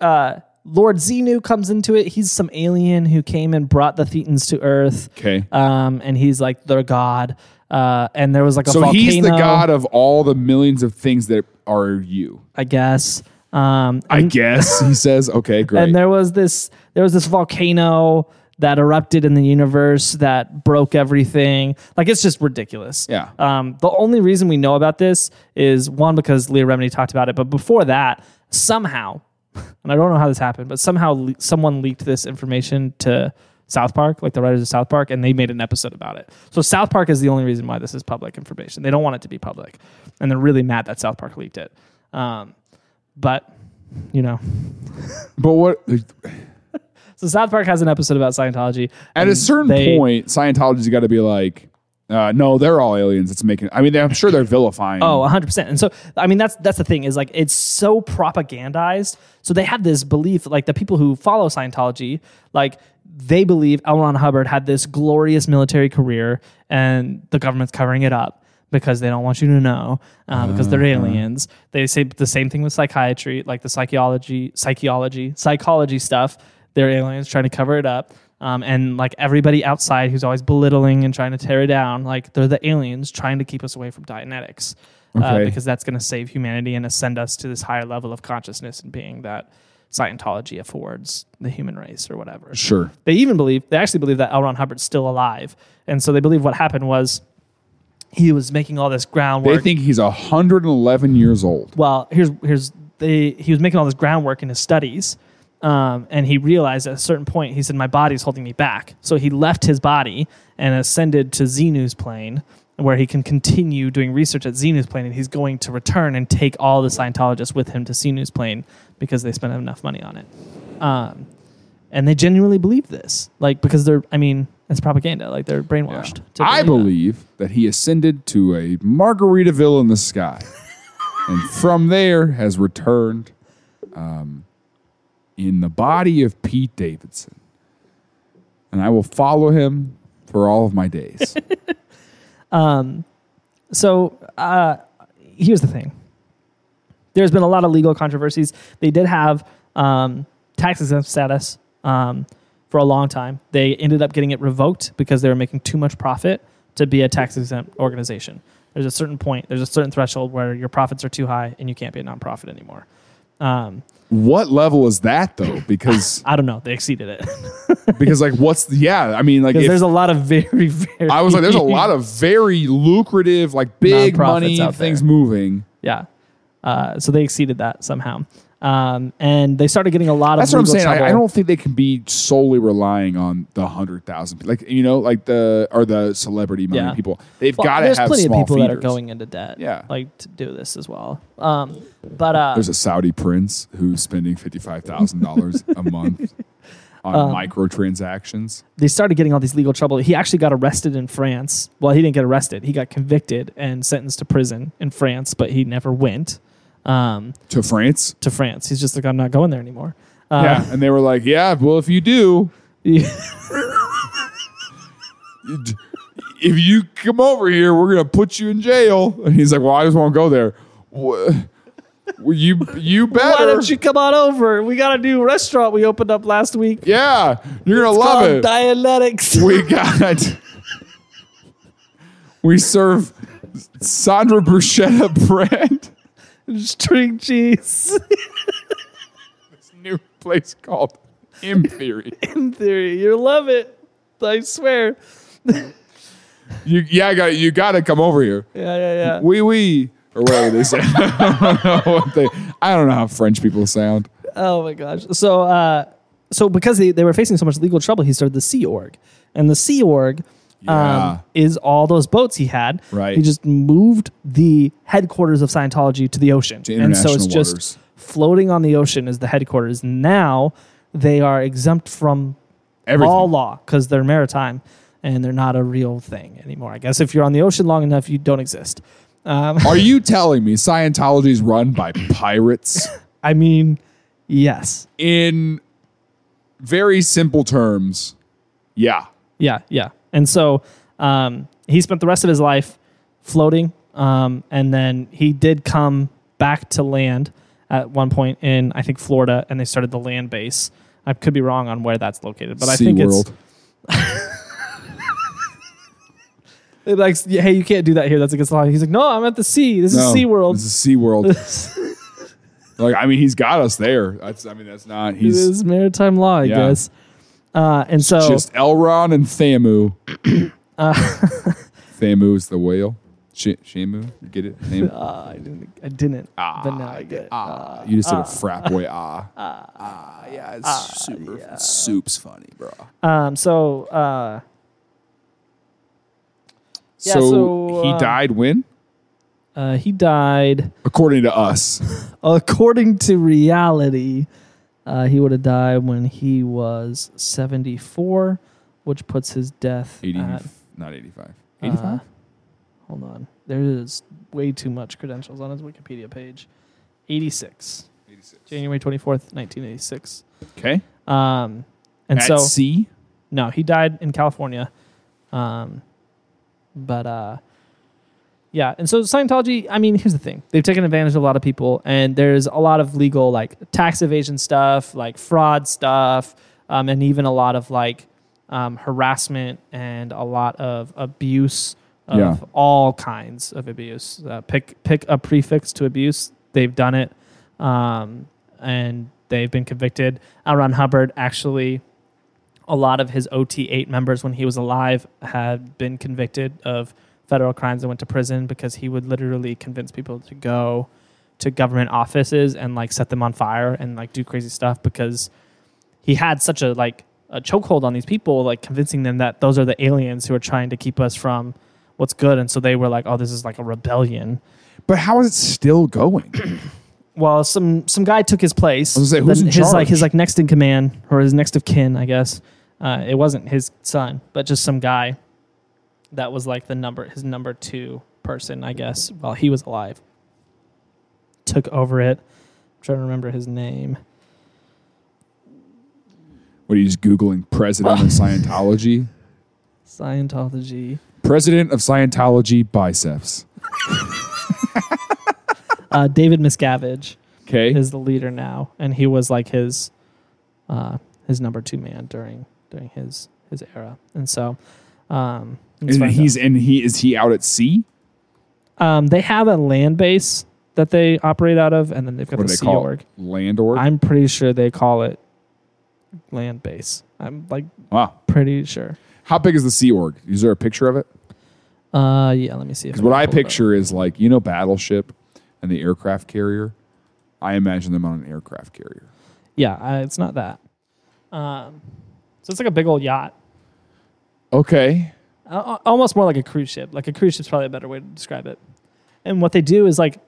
Speaker 1: uh, Lord Xenu comes into it. He's some alien who came and brought the Thetans to Earth.
Speaker 2: 'Kay.
Speaker 1: Um, and he's like their god. Uh, and there was like a
Speaker 2: So
Speaker 1: volcano.
Speaker 2: he's the god of all the millions of things that are you.
Speaker 1: I guess. Um,
Speaker 2: I guess *laughs* he says, okay, great.
Speaker 1: and there was this there was this volcano that erupted in the universe that broke everything. Like it's just ridiculous.
Speaker 2: Yeah.
Speaker 1: Um, the only reason we know about this is one because Leah Remini talked about it, but before that, somehow, *laughs* and I don't know how this happened, but somehow le- someone leaked this information to South Park, like the writers of South Park, and they made an episode about it. So South Park is the only reason why this is public information. They don't want it to be public, and they're really mad that South Park leaked it. Um, but you know,
Speaker 2: But what
Speaker 1: so South Park has an episode about Scientology.
Speaker 2: at a
Speaker 1: and
Speaker 2: certain
Speaker 1: they-
Speaker 2: point, Scientology's got to be like, uh, no, they're all aliens. It's making. I mean, I'm sure they're vilifying.
Speaker 1: Oh, 100%. And so I mean that's that's the thing is like it's so propagandized. So they have this belief like the people who follow Scientology like they believe L. Ron Hubbard had this glorious military career and the government's covering it up because they don't want you to know um, because they're aliens. They say the same thing with psychiatry, like the psychology, psychology, psychology stuff. They're aliens trying to cover it up. Um, and like everybody outside who's always belittling and trying to tear it down, like they're the aliens trying to keep us away from Dianetics uh,
Speaker 2: Okay.
Speaker 1: because that's going to save humanity and ascend us to this higher level of consciousness and being that Scientology affords the human race or whatever.
Speaker 2: sure.
Speaker 1: They even believe, they actually believe that L. Ron Hubbard's still alive. And so they believe what happened was he was making all this
Speaker 2: They
Speaker 1: groundwork.
Speaker 2: think he's 111 years old.
Speaker 1: well, here's, here's, they, he was making all this groundwork in his studies. Um, and he realized at a certain point, he said, My body's holding me back. So he left his body and ascended to Xenu's plane, where he can continue doing research at Xenu's plane. And he's going to return and take all the Scientologists with him to Xenu's plane because they spent enough money on it. Um, and they genuinely believe this. Like, because they're, I mean, it's propaganda. Like, they're brainwashed. to
Speaker 2: I
Speaker 1: that.
Speaker 2: believe that he ascended to a Margaritaville in
Speaker 1: *laughs*
Speaker 2: the sky, and from there has returned, um, in the body of Pete Davidson, and I will follow him for all of my days.
Speaker 1: So uh, here's the thing. There's been a lot of legal controversies. They did have um, tax exempt status um, for a long time. They ended up getting it revoked because they were making too much profit to be a tax exempt organization. There's a certain point. There's a certain threshold where your profits are too high and you can't be a nonprofit anymore. Um,
Speaker 2: What level is that though?
Speaker 1: *laughs*
Speaker 2: Because
Speaker 1: I don't know. They exceeded it
Speaker 2: because like what's the, yeah? I mean like
Speaker 1: because
Speaker 2: if-
Speaker 1: there's a lot of very very.
Speaker 2: I was like, there's a lot of very lucrative like big
Speaker 1: Nonprofits
Speaker 2: money
Speaker 1: out there.
Speaker 2: things moving.
Speaker 1: *laughs* yeah. Uh, so they exceeded that somehow, um, and they started getting a lot of.
Speaker 2: That's what I'm
Speaker 1: legal
Speaker 2: saying. I, I
Speaker 1: trouble.
Speaker 2: don't think they can be solely relying on the hundred thousand, like you know, like the or the celebrity money
Speaker 1: Yeah.
Speaker 2: people. They've
Speaker 1: Well,
Speaker 2: got to
Speaker 1: there's
Speaker 2: have
Speaker 1: plenty
Speaker 2: small
Speaker 1: of people that are
Speaker 2: feeders.
Speaker 1: going into debt.
Speaker 2: Yeah.
Speaker 1: like to do this as well. Um, but uh,
Speaker 2: There's a Saudi prince who's spending fifty five thousand
Speaker 1: *laughs*
Speaker 2: dollars a month on
Speaker 1: Um,
Speaker 2: microtransactions.
Speaker 1: they started getting all these legal trouble. He actually got arrested in France. Well, he didn't get arrested. He got convicted and sentenced to prison in France, but he never went um,
Speaker 2: To France,
Speaker 1: to France. He's just like, I'm not going there anymore. Uh,
Speaker 2: yeah, and they were like, "Yeah, well, if you do,
Speaker 1: *laughs* Yeah.
Speaker 2: you d- if you come over here, we're gonna put you in jail." And he's like, "Well, I just won't go there." Wha- Well, you you better.
Speaker 1: Why don't you come on over? We got a new restaurant we opened up last week.
Speaker 2: Yeah, you're gonna love
Speaker 1: called
Speaker 2: it.
Speaker 1: Dianetics.
Speaker 2: we got we serve Sandra Bruschetta bread.
Speaker 1: string cheese. *laughs*
Speaker 2: New place called M Theory.
Speaker 1: in theory, you love it. I swear.
Speaker 2: You yeah, got you got to come over here.
Speaker 1: Yeah, yeah, yeah.
Speaker 2: Wee wee or whatever they say. *laughs* I don't know what they. I don't know how French people sound.
Speaker 1: Oh my gosh. So uh so because they, they were facing so much legal trouble, he started the Sea Org. And the Sea Org
Speaker 2: Yeah.
Speaker 1: um, is all those boats he had.
Speaker 2: Right.
Speaker 1: He just moved the headquarters of Scientology to the ocean. and so it's
Speaker 2: international
Speaker 1: just
Speaker 2: waters.
Speaker 1: floating on the ocean as the headquarters. Now they are exempt from
Speaker 2: Everything.
Speaker 1: all law because they're maritime and they're not a real thing anymore. I guess if you're on the ocean long enough, you don't exist.
Speaker 2: Are you telling me Scientology is run by
Speaker 1: *laughs*
Speaker 2: pirates?
Speaker 1: I mean, yes.
Speaker 2: In very simple terms, yeah.
Speaker 1: Yeah, yeah. And so um, he spent the rest of his life floating, um, and then he did come back to land at one point in I think Florida, and they started the land base. I could be wrong on where that's located, but I think
Speaker 2: SeaWorld.
Speaker 1: it's they're like, hey, you can't do that here. That's against the law. He's like, no, I'm at the sea. This
Speaker 2: No,
Speaker 1: is SeaWorld.
Speaker 2: This is
Speaker 1: *laughs*
Speaker 2: SeaWorld. like, I mean, he's got us there. That's, I mean, that's not,
Speaker 1: It
Speaker 2: he's
Speaker 1: is maritime law, I
Speaker 2: Yeah.
Speaker 1: guess. Uh, and so Uh,
Speaker 2: just Elron and
Speaker 1: *clears throat*
Speaker 2: Thamu.
Speaker 1: *laughs*
Speaker 2: Thamu is the whale. Sh- Shamu, you get it? Thamu?
Speaker 1: I didn't, I didn't, but now I get. it.
Speaker 2: ah, you
Speaker 1: uh,
Speaker 2: just did a frap way ah. Ah, yeah, it's super, soup's funny, bro.
Speaker 1: um, so uh, yeah,
Speaker 2: so,
Speaker 1: so,
Speaker 2: he
Speaker 1: uh,
Speaker 2: died when?
Speaker 1: uh, he died.
Speaker 2: According to us.
Speaker 1: according to reality, uh, he would have died when he was 74, which puts his death
Speaker 2: 80,
Speaker 1: at. uh,
Speaker 2: not 85.
Speaker 1: Uh-huh.
Speaker 2: 85?
Speaker 1: Hold on. There is way too much credentials on his Wikipedia page. 86.
Speaker 2: 86.
Speaker 1: January 24th, 1986.
Speaker 2: Okay.
Speaker 1: Um, and
Speaker 2: At
Speaker 1: so,
Speaker 2: sea?
Speaker 1: no, he died in California. Um, but, uh, yeah. And so Scientology, I mean, here's the thing. They've taken advantage of a lot of people, and there's a lot of legal, like tax evasion stuff, like fraud stuff, um, and even a lot of like um, harassment and a lot of abuse of
Speaker 2: Yeah.
Speaker 1: all kinds of abuse. Uh, pick, pick a prefix to abuse. They've done it, um, and they've been convicted. L. Ron Hubbard actually. A lot of his OT8 members, when he was alive, had been convicted of federal crimes and went to prison because he would literally convince people to go to government offices and like set them on fire and like do crazy stuff because he had such a like a chokehold on these people like convincing them that those are the aliens who are trying to keep us from what's good and so they were like oh this is like a rebellion
Speaker 2: But how is it still going?
Speaker 1: well some some guy took his place
Speaker 2: was gonna say, who's
Speaker 1: Then
Speaker 2: in
Speaker 1: his like
Speaker 2: charge?
Speaker 1: his like next in command or his next of kin i guess uh, it wasn't his son but just some guy that was like the number his number two person i guess while he was alive took over it i'm trying to remember his name
Speaker 2: *coughs* what are you just Googling? *laughs* President of Scientology?
Speaker 1: scientology
Speaker 2: President of Scientology biceps.
Speaker 1: Uh, David Miscavige
Speaker 2: Okay.
Speaker 1: is the leader now, and he was like his uh, his number two man during during his his era, and so um, let's
Speaker 2: and
Speaker 1: find
Speaker 2: he's and he is he out at sea?
Speaker 1: out. um, they have a land base that they operate out of, and then they've got
Speaker 2: What do
Speaker 1: the
Speaker 2: they
Speaker 1: Sea
Speaker 2: call
Speaker 1: Org.
Speaker 2: it? Land org.
Speaker 1: I'm pretty sure they call it land base. I'm like
Speaker 2: wow.
Speaker 1: pretty sure.
Speaker 2: How big is the sea org? Is there a picture of it?
Speaker 1: Uh, yeah, let me see. Because
Speaker 2: What I picture is like you know battleship and the aircraft carrier. I imagine them on an aircraft carrier.
Speaker 1: Yeah, uh, it's not that. Um, so it's like a big old yacht.
Speaker 2: Okay.
Speaker 1: uh, almost more like a cruise ship. Like a cruise ship's probably a better way to describe it. And what they do is like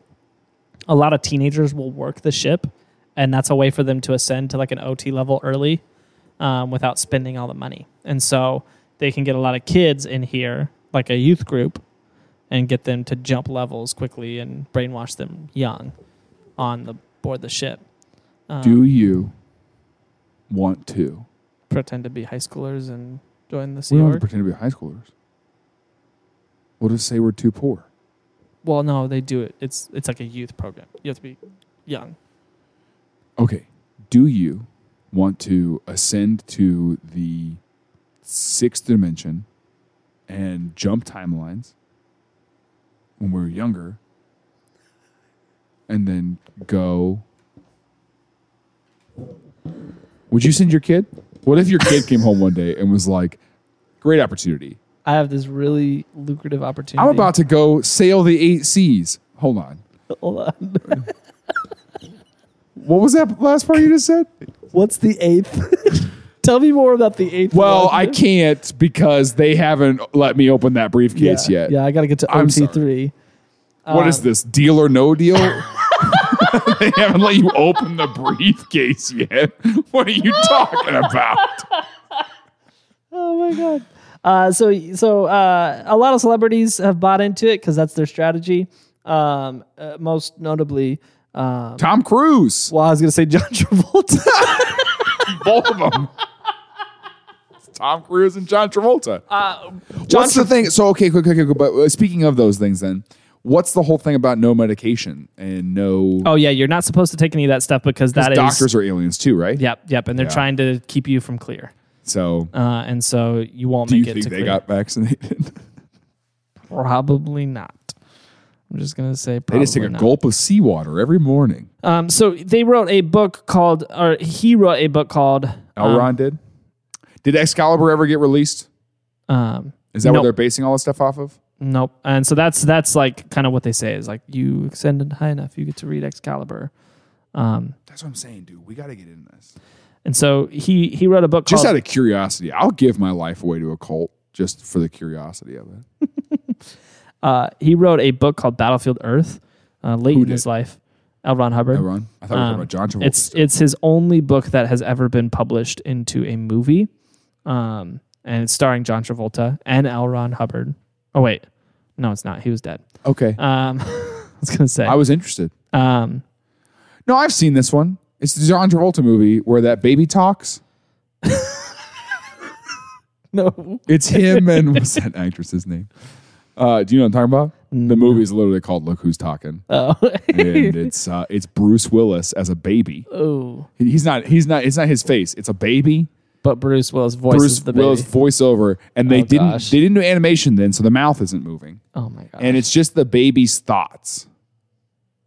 Speaker 1: a lot of teenagers will work the ship, and that's a way for them to ascend to like an OT level early um, without spending all the money. And so they can get a lot of kids in here, like a youth group, and get them to jump levels quickly and brainwash them young on the board the ship. Uh-huh. Um,
Speaker 2: Do you want to?
Speaker 1: Pretend to be high schoolers and join the
Speaker 2: We
Speaker 1: Sea
Speaker 2: don't have to
Speaker 1: Org.
Speaker 2: pretend to be high schoolers. We'll just say we're too poor.
Speaker 1: Well, no, they do it. It's it's like a youth program. You have to be young.
Speaker 2: Okay. Do you want to ascend to the sixth dimension and jump timelines when we're younger and then go? Would you send your kid? What if your kid came home one day and was like, great opportunity.
Speaker 1: I have this really lucrative opportunity.
Speaker 2: I'm about to go sail the eight seas. Hold on.
Speaker 1: *laughs* Hold on.
Speaker 2: What was that last part you just said?
Speaker 1: What's the eighth? *laughs* Tell me more about the eighth.
Speaker 2: Well,
Speaker 1: one.
Speaker 2: I can't because they haven't let me open that briefcase
Speaker 1: yeah,
Speaker 2: yet.
Speaker 1: Yeah, Um, I got to get to
Speaker 2: I'm
Speaker 1: OT three.
Speaker 2: What is this deal or
Speaker 1: *laughs*
Speaker 2: no deal? *laughs* they haven't let you open the briefcase yet. *laughs* What are you talking about?
Speaker 1: Oh my god. Uh, so so uh, a lot of celebrities have bought into it because that's their strategy. Um, uh, most notably, um,
Speaker 2: Tom Cruise,
Speaker 1: well, I was gonna say John *laughs* Travolta.
Speaker 2: both of them. It's Tom Cruise and John Travolta.
Speaker 1: Uh,
Speaker 2: what's the thing? So okay, quick, quick, quick. But uh, speaking of those things, then what's the whole thing about no medication and no?
Speaker 1: oh yeah, you're not supposed to take any of that stuff because that is
Speaker 2: doctors are aliens too, right?
Speaker 1: Yep, yep, and they're
Speaker 2: Yeah.
Speaker 1: trying to keep you from clear,
Speaker 2: So
Speaker 1: uh, and so you won't
Speaker 2: do
Speaker 1: make
Speaker 2: you
Speaker 1: it
Speaker 2: think
Speaker 1: to
Speaker 2: they
Speaker 1: clear.
Speaker 2: got vaccinated?
Speaker 1: Probably not. I'm just gonna say
Speaker 2: they
Speaker 1: probably
Speaker 2: just take a
Speaker 1: not.
Speaker 2: gulp of seawater every morning.
Speaker 1: Um, so they wrote a book called, or he wrote a book called.
Speaker 2: Elrond did. Did Excalibur ever get released?
Speaker 1: Um,
Speaker 2: Is that
Speaker 1: Nope.
Speaker 2: what they're basing all this stuff off of?
Speaker 1: nope. And so that's that's like kind of what they say is like you extend it high enough, you get to read Excalibur.
Speaker 2: That's what I'm saying, dude. We got to get in this.
Speaker 1: And so he he wrote a book
Speaker 2: Just
Speaker 1: called
Speaker 2: out of curiosity, I'll give my life away to a cult just for the curiosity of it.
Speaker 1: uh, he wrote a book called Battlefield Earth, uh, late in
Speaker 2: did?
Speaker 1: his life. L. Ron Hubbard.
Speaker 2: Elrond? I thought we were talking about John Travolta.
Speaker 1: Um, It's it's his only book that has ever been published into a movie, um, and it's starring John Travolta and L. Ron Hubbard. Oh wait, no, it's not. He was dead.
Speaker 2: okay.
Speaker 1: Um, *laughs* I was gonna say.
Speaker 2: I was interested. *laughs*
Speaker 1: um,
Speaker 2: No, I've seen this one. It's the John Travolta movie where that baby talks.
Speaker 1: no, *laughs*
Speaker 2: It's him and what's that actress's name? Uh, do you know what I'm talking about? The movie is literally called "Look
Speaker 1: *laughs*
Speaker 2: Who's Talking,"
Speaker 1: oh,
Speaker 2: *laughs* and it's uh, it's Bruce Willis as a baby.
Speaker 1: oh,
Speaker 2: He's not. He's not. It's not his face. It's a baby.
Speaker 1: but Bruce Willis voices
Speaker 2: Bruce
Speaker 1: the baby. Oh,
Speaker 2: Willis voiceover, and they didn't.
Speaker 1: gosh.
Speaker 2: They didn't do animation then, so the mouth isn't moving,
Speaker 1: oh my god,
Speaker 2: and it's just the baby's thoughts,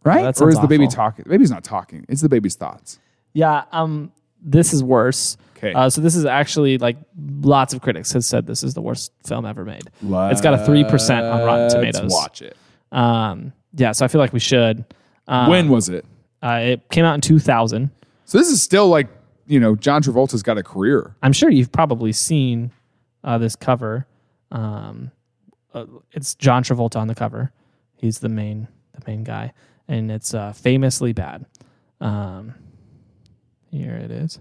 Speaker 2: right?
Speaker 1: Oh, that
Speaker 2: or is
Speaker 1: sounds
Speaker 2: the baby
Speaker 1: awful.
Speaker 2: talking? The baby's not talking. It's the baby's thoughts.
Speaker 1: yeah. Um, this is worse.
Speaker 2: 'Kay.
Speaker 1: Uh, so this is actually like lots of critics have said this is the worst film ever made. it's got a three percent on Rotten
Speaker 2: Let's
Speaker 1: Tomatoes.
Speaker 2: Watch it.
Speaker 1: Um, yeah. So I feel like we should. Um,
Speaker 2: when was it?
Speaker 1: uh, it came out in 2000.
Speaker 2: So this is still like you know John Travolta's got a career.
Speaker 1: I'm sure you've probably seen uh, this cover. Um, uh, it's John Travolta on the cover. He's the main the main guy, and it's uh, famously bad. Um, here it is.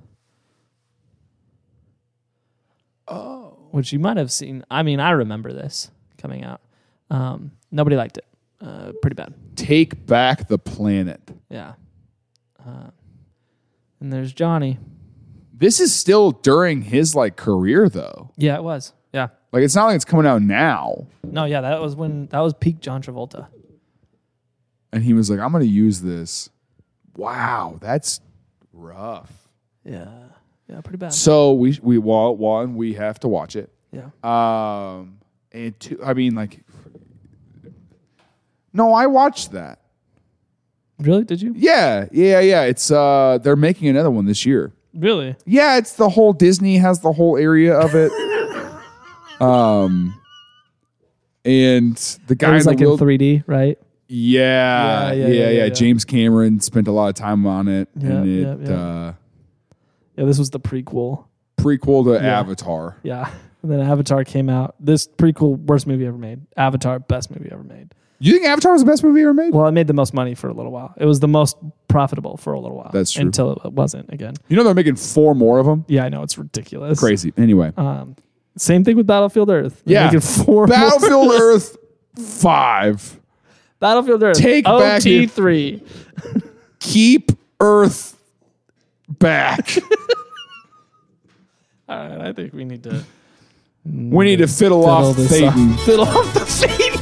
Speaker 1: Oh, which you might have seen. I mean, I remember this coming out. Um, nobody liked it. Uh, pretty bad.
Speaker 2: Take back the planet.
Speaker 1: Yeah. Uh, and there's Johnny.
Speaker 2: This is still during his like career though.
Speaker 1: Yeah, it was. Yeah.
Speaker 2: Like it's not like it's coming out now.
Speaker 1: No, yeah, that was when that was peak John Travolta.
Speaker 2: and he was like, "I'm going to use this." Wow, that's rough.
Speaker 1: Yeah. Yeah, pretty bad.
Speaker 2: So we we wa- one we have to watch it.
Speaker 1: Yeah.
Speaker 2: Um, and two, I mean, like, no, I watched that.
Speaker 1: Really? Did you?
Speaker 2: Yeah, yeah, yeah. It's uh, they're making another one this year.
Speaker 1: Really?
Speaker 2: Yeah, it's the whole Disney has the whole area of it. um, *laughs* and the
Speaker 1: It
Speaker 2: guy
Speaker 1: was
Speaker 2: in
Speaker 1: like
Speaker 2: the
Speaker 1: in
Speaker 2: wheel-
Speaker 1: 3D, right? Yeah,
Speaker 2: yeah, yeah,
Speaker 1: yeah,
Speaker 2: yeah,
Speaker 1: yeah, yeah.
Speaker 2: James Cameron spent a lot of time on it, and
Speaker 1: Yeah,
Speaker 2: it
Speaker 1: yeah, yeah.
Speaker 2: Uh,
Speaker 1: Yeah, this was the prequel.
Speaker 2: prequel to Avatar.
Speaker 1: Yeah. *laughs* And then Avatar came out. This prequel, worst movie ever made. Avatar, best movie ever made.
Speaker 2: You think Avatar was the best movie ever made?
Speaker 1: Well, it made the most money for a little while. It was the most profitable for a little while.
Speaker 2: That's true.
Speaker 1: Until it wasn't again.
Speaker 2: You know they're making four more of them.
Speaker 1: Yeah, I know it's ridiculous.
Speaker 2: Crazy. Anyway,
Speaker 1: Um, same thing with Battlefield Earth. They're
Speaker 2: Yeah.
Speaker 1: making four
Speaker 2: *laughs* Battlefield Earth Five.
Speaker 1: Battlefield Earth.
Speaker 2: Take back
Speaker 1: OT
Speaker 2: your-
Speaker 1: three.
Speaker 2: Keep Earth
Speaker 1: *laughs*
Speaker 2: back.
Speaker 1: All right, I think we need
Speaker 2: *laughs*
Speaker 1: to
Speaker 2: we need to fiddle, off
Speaker 1: this
Speaker 2: Satan.
Speaker 1: off. fiddle off the *laughs* Satan.